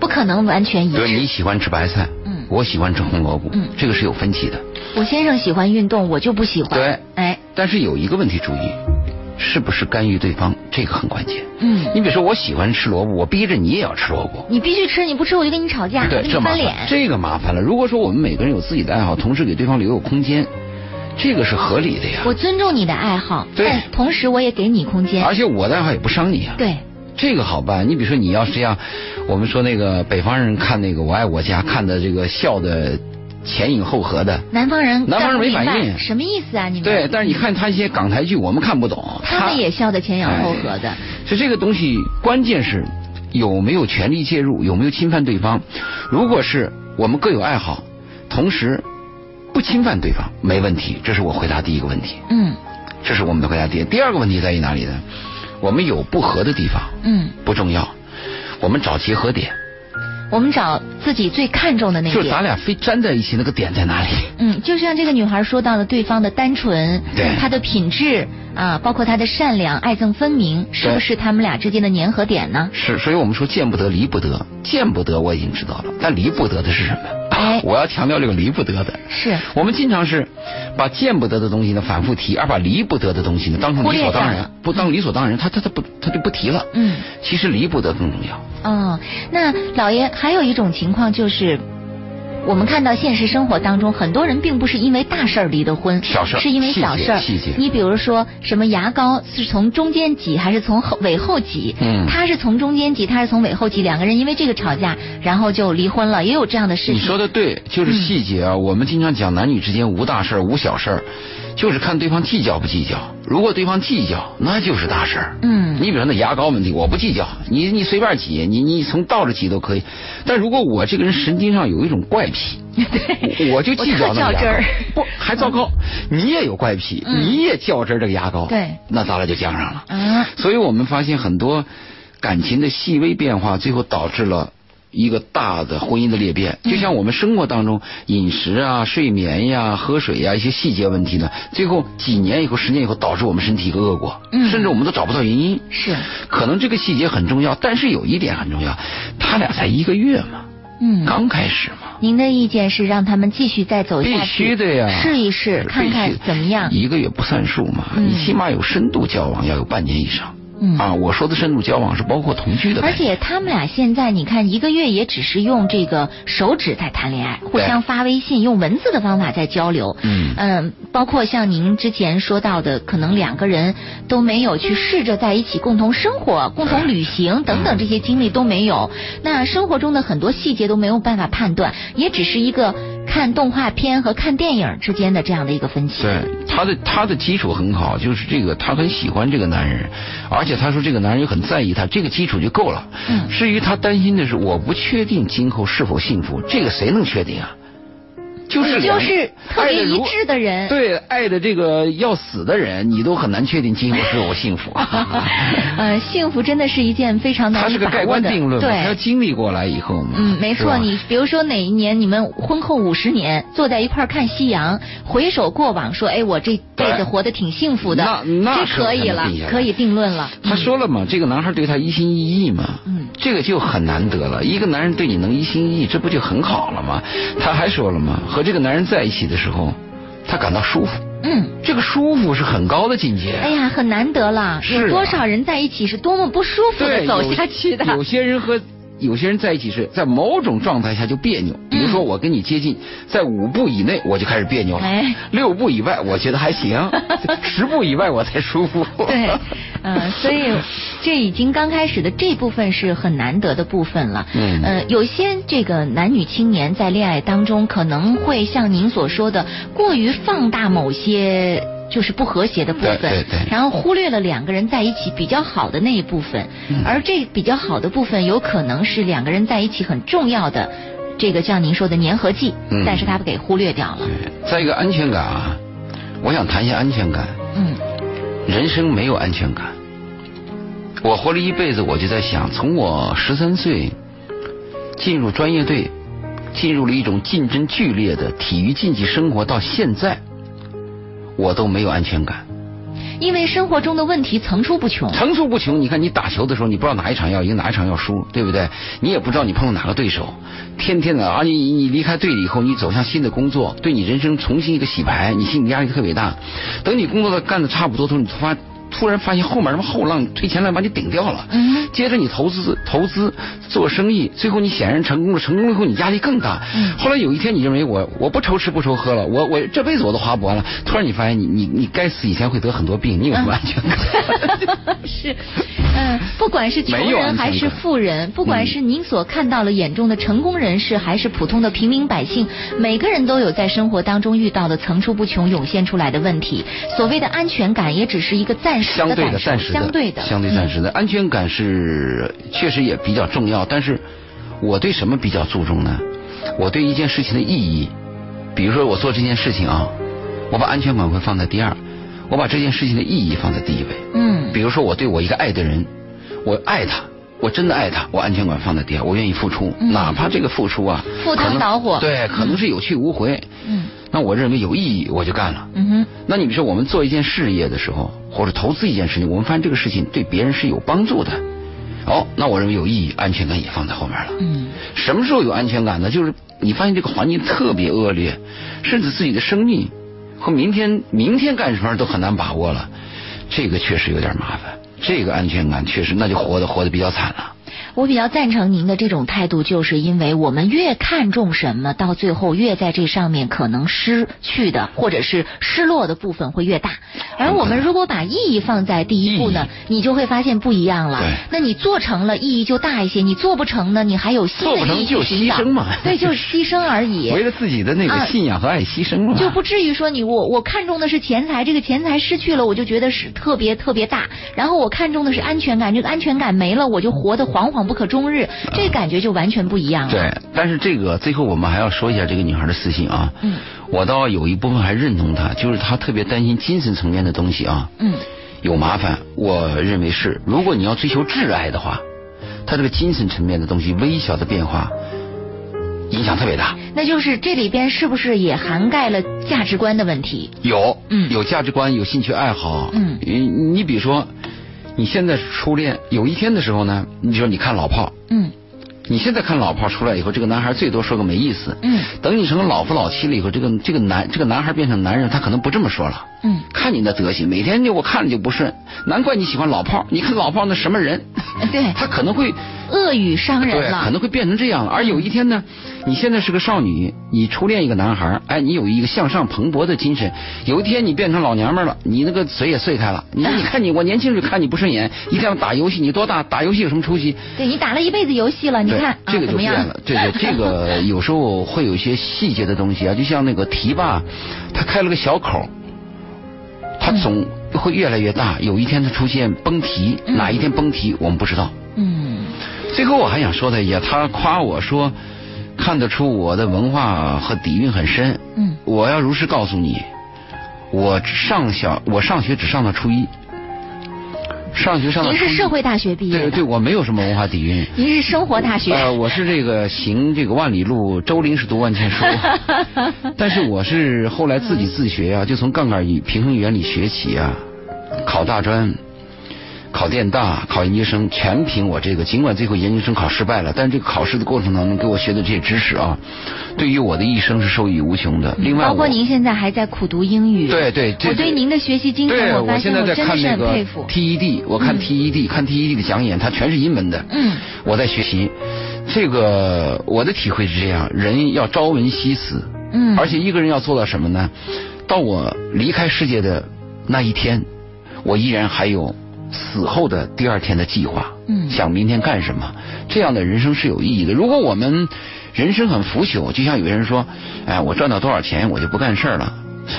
C: 不可能完全一
B: 比如
C: 致。
B: 你喜欢吃白菜，
C: 嗯
B: 我喜欢吃红萝卜，
C: 嗯
B: 这个是有分歧的。
C: 我先生喜欢运动，我就不喜欢。
B: 对
C: 哎，
B: 但是有一个问题注意，是不是干预对方，这个很关键。
C: 嗯，
B: 你比如说，我喜欢吃萝卜，我逼着你也要吃萝卜，
C: 你必须吃，你不吃我就跟你吵架，
B: 对，
C: 嗯跟你
B: 这麻
C: 翻
B: 烦
C: 脸。，
B: 这个麻烦了。如果说我们每个人有自己的爱好，同时给对方留有空间，这个是合理的呀。
C: 我尊重你的爱好，
B: 对
C: 但同时我也给你空间。
B: 而且我的爱好也不伤你啊。
C: 对，
B: 这个好办，你比如说你要是这样，我们说那个北方人看那个《我爱我家》，看的这个笑的前引后合的，
C: 南方人
B: 南方人没反应
C: 干不明白什么意思啊？你们
B: 对。但是你看他一些港台剧，我们看不懂，
C: 他们也笑得前仰后合的。
B: 所以这个东西关键是有没有权利介入，有没有侵犯对方。如果是我们各有爱好，同时不侵犯对方，没问题。这是我回答第一个问题，
C: 嗯
B: 这是我们的回答第一。第二个问题在于哪里呢？我们有不合的地方，
C: 嗯，
B: 不重要，我们找结合点，
C: 我们找自己最看重的那
B: 就是咱
C: 点。
B: 俩非粘在一起那个点在哪里？
C: 嗯，就像这个女孩说到的，对方的单纯，
B: 对
C: 她的品质啊，包括她的善良、爱憎分明，是不是他们俩之间的粘合点呢？
B: 是，所以我们说见不得，离不得，见不得我已经知道了，但离不得的是什么？
C: 哎
B: 我要强调这个离不得的。
C: 是
B: 我们经常是把见不得的东西呢反复提，而把离不得的东西呢当成
C: 忽
B: 理
C: 略
B: 所当
C: 掉
B: 然
C: 了，
B: 不当理所当然，他他他不他就不提了。
C: 嗯，
B: 其实离不得更重要。
C: 哦，那老爷还有一种情况就是，
A: 我们看到现实生活当中，很多人并不是因为大事儿离的婚，
B: 小事儿
A: 是因为小事儿
B: 细节细节。
A: 你比如说，什么牙膏是从中间挤还是从后尾后挤？
B: 嗯
A: 他是从中间挤，他是从尾后挤，两个人因为这个吵架，然后就离婚了，也有这样的事情。
B: 你说的对，
C: 嗯
B: 就是细节啊。我们经常讲男女之间无大事儿无小事儿，就是看对方计较不计较。如果对方计较，那就是大事儿。
A: 嗯
B: 你比如说那牙膏问题，我不计较，你你随便挤，你你从倒着挤都可以。但如果我这个人神经上有一种怪癖，我我就计较那
A: 我特较
B: 个牙
A: 真儿
B: 膏，不还糟糕，你也有怪癖，
A: 嗯
B: 你也较真儿这个牙膏，
A: 对
B: 那咱俩就犟上了。
A: 啊，
B: 所以我们发现很多感情的细微变化，最后导致了一个大的婚姻的裂变。
A: 嗯
B: 就像我们生活当中饮食啊、睡眠呀、喝水呀一些细节问题呢，最后几年以后、十年以后，导致我们身体一个恶果，
A: 嗯
B: 甚至我们都找不到原因。
A: 是，
B: 可能这个细节很重要，但是有一点很重要，他俩才一个月嘛，
A: 嗯。
B: 刚开始嘛。
A: 您的意见是让他们继续再走
B: 必
A: 下去，
B: 须的呀，
A: 试一试，
B: 必
A: 看
B: 须
A: 看怎么样。
B: 一个月不算数嘛，
A: 嗯
B: 你起码有深度交往，要有半年以上。
A: 嗯
B: 啊，我说的深度交往是包括同居的，
A: 而且他们俩现在，你看一个月也只是用这个手指在谈恋爱，互相发微信，用文字的方法在交流。
B: 嗯
A: 嗯，包括像您之前说到的，可能两个人都没有去试着在一起共同生活、共同旅行等等这些经历都没有。那生活中的很多细节都没有办法判断，也只是一个看动画片和看电影之间的这样的一个分歧。
B: 对他的他的基础很好，就是这个他很喜欢这个男人，而且他说这个男人又很在意他，这个基础就够了。
A: 嗯
B: 至于他担心的是，我不确定今后是否幸福，这个谁能确定啊？就是两
A: 就是特别一致的人
B: 爱得如对爱的这个要死的人，你都很难确定今后是否幸 福。
A: 呃，幸福真的是一件非常
B: 它
A: 难
B: 是
A: 以
B: 个
A: 把
B: 盖
A: 握
B: 棺
A: 的，
B: 定论嘛，他要
A: 对。
B: 经历过来以后嘛。
A: 嗯，没
B: 是吧
A: 错。你比如说哪一年你们婚后五十年坐在一块儿看夕阳，回首过往，说哎，我这辈子
B: 对
A: 活得挺幸福的，
B: 那那
A: 这
B: 时候
A: 可以
B: 才能
A: 了
B: 定下，来
A: 可以定论了。
B: 他说了嘛，这个男孩对他一心一意嘛，
A: 嗯
B: 这个就很难得了。一个男人对你能一心一意，这不就很好了吗？他还说了嘛，和这个男人在一起的时候，他感到舒服，
A: 嗯，
B: 这个舒服是很高的境界。啊
A: 哎呀，很难得了，
B: 是啊
A: 有多少人在一起是多么不舒服的
B: 对，
A: 走
B: 有
A: 下去的。
B: 有些人和有些人在一起是在某种状态下就别
A: 嗯
B: 扭，比如说我跟你接近，在五步以内我就开始别扭了，
A: 哎
B: 六步以外我觉得还 行，十步以外我才舒服。
A: 对，嗯、所以这已经刚开始的这部分是很难得的部分了。
B: 嗯
A: 呃，有些这个男女青年在恋爱当中可能会像您所说的，过于放大某些。就是不和谐的部分，
B: 对对对
A: 然后忽略了两个人在一起比较好的那一部分，
B: 嗯
A: 而这比较好的部分有可能是两个人在一起很重要的，这个像您说的粘合剂，
B: 嗯
A: 但是他给忽略掉了。
B: 再一个安全感啊，我想谈一下安全感。
A: 嗯
B: 人生没有安全感。我活了一辈子，我就在想，从我十三岁进入专业队，进入了一种竞争剧烈的体育竞技生活，到现在，我都没有安全感，
A: 因为生活中的问题层出不穷。
B: 层出不穷。你看，你打球的时候，你不知道哪一场要赢，哪一场要输，对不对？你也不知道你碰到哪个对手，天天的啊，你你你离开队以后，你走向新的工作，对你人生重新一个洗牌，你心理压力特别大。等你工作的干的差不多的时候，你突发突然发现后面什么后浪推前浪把你顶掉了。
A: 嗯
B: 接着你投资投资做生意，最后你显然成功了，成功了以后你压力更大。
A: 嗯
B: 后来有一天你认为我我不愁吃不愁喝了，我我这辈子我都花不完了，突然你发现你你你该死以前会得很多病，你有什
A: 嗯
B: 么安全 感？
A: 是，嗯，不管是穷
B: 没有安
A: 人
B: 全感嗯
A: 还是富人，不管是您所看到了眼中的成功人士，还是普通的平民百姓，每个人都有在生活当中遇到的层出不穷涌现出来的问题。所谓的安全感，也只是一个暂时
B: 相
A: 的
B: 对的、
A: 感受
B: 暂，时的、
A: 相对的，嗯
B: 相对暂时的、安全感是确实也比较重要，但是我对什么比较注重呢？我对一件事情的意义，比如说我做这件事情啊，我把安全感会放在第二，我把这件事情的意义放在第一位。
A: 嗯。嗯
B: 比如说我对我一个爱的人，我爱他，我真的爱他，我安全感放在第二，我愿意付出，
A: 嗯
B: 哪怕这个付出啊，
A: 赴汤
B: 可能
A: 蹈火
B: 对，可能是有去无回，
A: 嗯
B: 那我认为有意义，我就干了。
A: 嗯哼，
B: 那你比如说，我们做一件事业的时候，或者投资一件事情，我们发现这个事情对别人是有帮助的，哦，那我认为有意义，安全感也放在后面了。
A: 嗯，
B: 什么时候有安全感呢？就是你发现这个环境特别恶劣，甚至自己的生命和明天明天干什么都很难把握了，这个确实有点麻烦。这个安全感确实，那就活得活得比较惨了。
A: 我比较赞成您的这种态度，就是因为我们越看重什么，到最后越在这上面可能失去的或者是失落的部分会越大。而我
B: 嗯
A: 们如果把意义放在第一步呢，你就会发现不一样了
B: 对。
A: 那你做成了，意义就大一些；你做不成呢，你还有新
B: 做不
A: 的意
B: 成
A: 义
B: 就
A: 去寻
B: 牺
A: 找
B: 牲嘛，
A: 对，就是牺牲而已。
B: 为了自己的那个信仰和爱牺牲嘛，
A: 就不至于说你我我看中的是钱财，这个钱财失去了，我就觉得是特别特别大。然后我看中的是安全感，这个安全感没了，我就活得惶惶不可终日，这感觉就完全不一样了。
B: 啊对，但是这个最后我们还要说一下这个女孩的私信啊。
A: 嗯。
B: 我倒有一部分还认同她，就是她特别担心精神层面的东西啊，
A: 嗯，
B: 有麻烦。我认为是，如果你要追求挚爱的话，她这个精神层面的东西微小的变化，影响特别大。
A: 那就是这里边是不是也涵盖了价值观的问题？
B: 有，
A: 嗯
B: 有价值观，有兴趣爱好，
A: 嗯
B: 你你比如说，你现在初恋，有一天的时候呢，你说你看老炮，
A: 嗯
B: 你现在看老炮出来以后，这个男孩最多说个没意思。
A: 嗯
B: 等你成了老夫老妻了以后，这个这个男这个男孩变成男人，他可能不这么说了。
A: 嗯，
B: 看你那德行，每天就我看着就不顺，难怪你喜欢老炮。你看老炮那什 么人，
A: 对，
B: 他可能会
A: 恶语伤人
B: 对，可
A: 了。
B: 能会变成这样。而有一天呢，你现在是个少女，你初恋一个男孩，哎，你有一个向上蓬勃的精神。有一天你变成老娘们了，你那个嘴也碎开了。你你看你，我年轻时候看你不顺眼，一天打游戏，你多大？打游戏有什么出息？
A: 对你打了一辈子游戏了，你
B: 对，
A: 看
B: 这
A: 啊怎
B: 个就
A: 么
B: 变
A: 样？
B: 了。这个 这个有时候会有一些细节的东西啊，就像那个堤坝，它开了个小口儿，它总会越来越大。有一天它出现崩堤，
A: 嗯
B: 哪一天崩堤我们不知道。
A: 嗯
B: 最后我还想说他一下，他夸我说看得出我的文化和底蕴很深。
A: 嗯
B: 我要如实告诉你，我上小我上学只上到初一，上学上到
A: 您
B: 初一。
A: 是社会大学毕业
B: 对
A: 的
B: 对，我没有什么文化底蕴。
A: 您是生活大学。
B: 呃，我是这个行这个万里路，周林是读万 卷书，但是我是后来自己自学啊，就从杠杆与平衡原理学起啊，考大专。考电大、考研究生，全凭我这个。尽管最后研究生考失败了，但是这个考试的过程当中给我学的这些知识啊，对于我的一生是受益无穷的。另外我，
A: 包括您现在还在苦读英语。
B: 对对这
A: 我对您的学习精
B: 对
A: 神，发
B: 现
A: 现
B: 在在
A: 真的
B: 看
A: 是
B: 那
A: 很
B: 个
A: 佩服。
B: TED，我看 TED，、看 TED 的讲演，它全是英文的。
A: 嗯
B: 我在学习，这个我的体会是这样：人要朝闻夕死，
A: 嗯，
B: 而且一个人要做到什么呢？到我离开世界的那一天，我依然还有死后的第二天的计划，
A: 嗯
B: 想明天干什么？这样的人生是有意义的。如果我们人生很腐朽，就像有些人说：“哎，我赚到多少钱，我就不干事儿了。”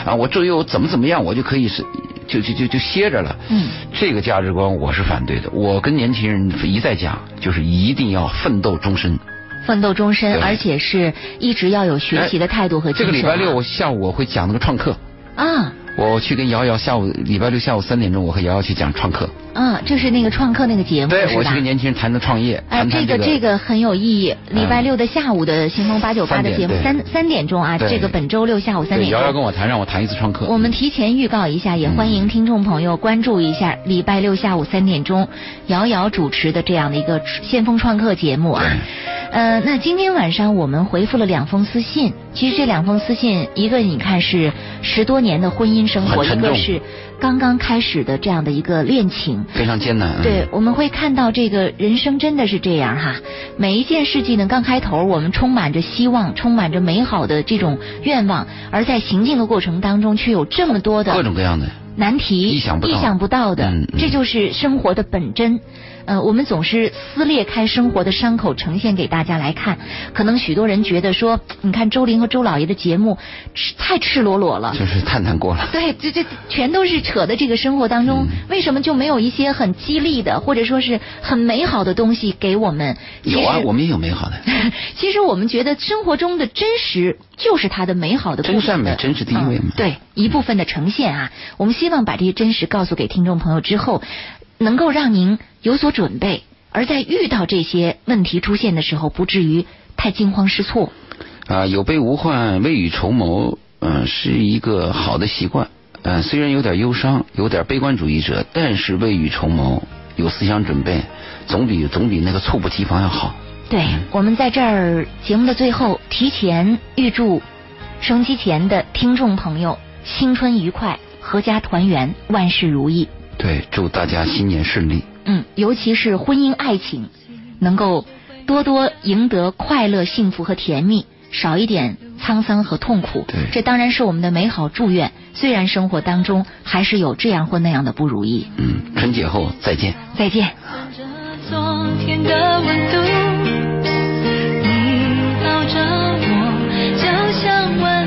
B: 啊，我这又怎么怎么样，我就可以是就就就就歇着了。
A: 嗯，
B: 这个价值观我是反对的。我跟年轻人一再讲，就是一定要奋斗终身。
A: 奋斗终身，
B: 对
A: 而且是一直要有学习的态度和精
B: 这
A: 神
B: 个
A: 啊。
B: 礼拜六下午我会讲那个创客，
A: 啊
B: 我去跟瑶瑶下午礼拜六下午三点钟，我和瑶瑶去讲创客。
A: 啊，这是那个创客那个节目
B: 对，
A: 是
B: 我去
A: 吧
B: 跟？年轻人谈谈创业，
A: 哎，
B: 谈谈
A: 个
B: 个嗯
A: 这个很有意义。礼拜六的下午的《星风八九八》
B: 三
A: 的
B: 点
A: 节目
B: 对
A: 三三点钟啊，
B: 对
A: 这个本周六下午三
B: 对
A: 点
B: 瑶瑶跟
A: 钟。
B: 我谈，让我谈一次创客。嗯
A: 我们提前预告一下，也欢迎听众朋友关注一下
B: 嗯
A: 礼拜六下午三点钟瑶瑶主持的这样的一个先锋创客节目啊。呃，那今天晚上我们回复了两封私信，其实这两封私信，一个你看是十多年的婚姻生活，
B: 很沉
A: 一
B: 重
A: 个是刚刚开始的这样的一个恋情。
B: 非常艰难。嗯
A: 对，我们会看到这个人生真的是这样哈，每一件事情呢，刚开头我们充满着希望，充满着美好的这种愿望，而在行进的过程当中，却有这么多的
B: 各种各样的。
A: 难题，
B: 意想不到
A: 到的，
B: 嗯嗯
A: 这就是生活的本真。呃，我们总是撕裂开生活的伤口，呈现给大家来看。可能许多人觉得说，你看周玲和周老爷的节目赤太赤裸裸了。
B: 就是探探过了。
A: 对，这这全都是扯的这个生活当
B: 嗯
A: 中，为什么就没有一些很激励的，或者说是很美好的东西给我们？其
B: 有啊，
A: 实
B: 我们也有美好的，
A: 其实我们觉得生活中的真实就是它的美好的部分的
B: 真善美真是第一位嘛
A: 嗯对一部分的呈现啊，我们希望把这些真实告诉给听众朋友之后，能够让您有所准备，而在遇到这些问题出现的时候，不至于太惊慌失措。
B: 啊，有备无患，未雨绸缪，嗯、是一个好的习惯。嗯、虽然有点忧伤，有点悲观主义者，但是未雨绸缪，有思想准备，总比总比那个猝不及防要好。
A: 对，我们在这儿节目的最后，提前预祝收音机前的听众朋友新春愉快，阖家团圆，万事如意。
B: 对，祝大家新年顺利。
A: 嗯，尤其是婚姻爱情，能够多多赢得快乐、幸福和甜蜜，少一点沧桑和痛苦
B: 对。
A: 这当然是我们的美好祝愿。虽然生活当中还是有这样或那样的不如意。
B: 嗯，春节后再见。
A: 再见。
D: 着昨天的温度，你抱着我，就像温。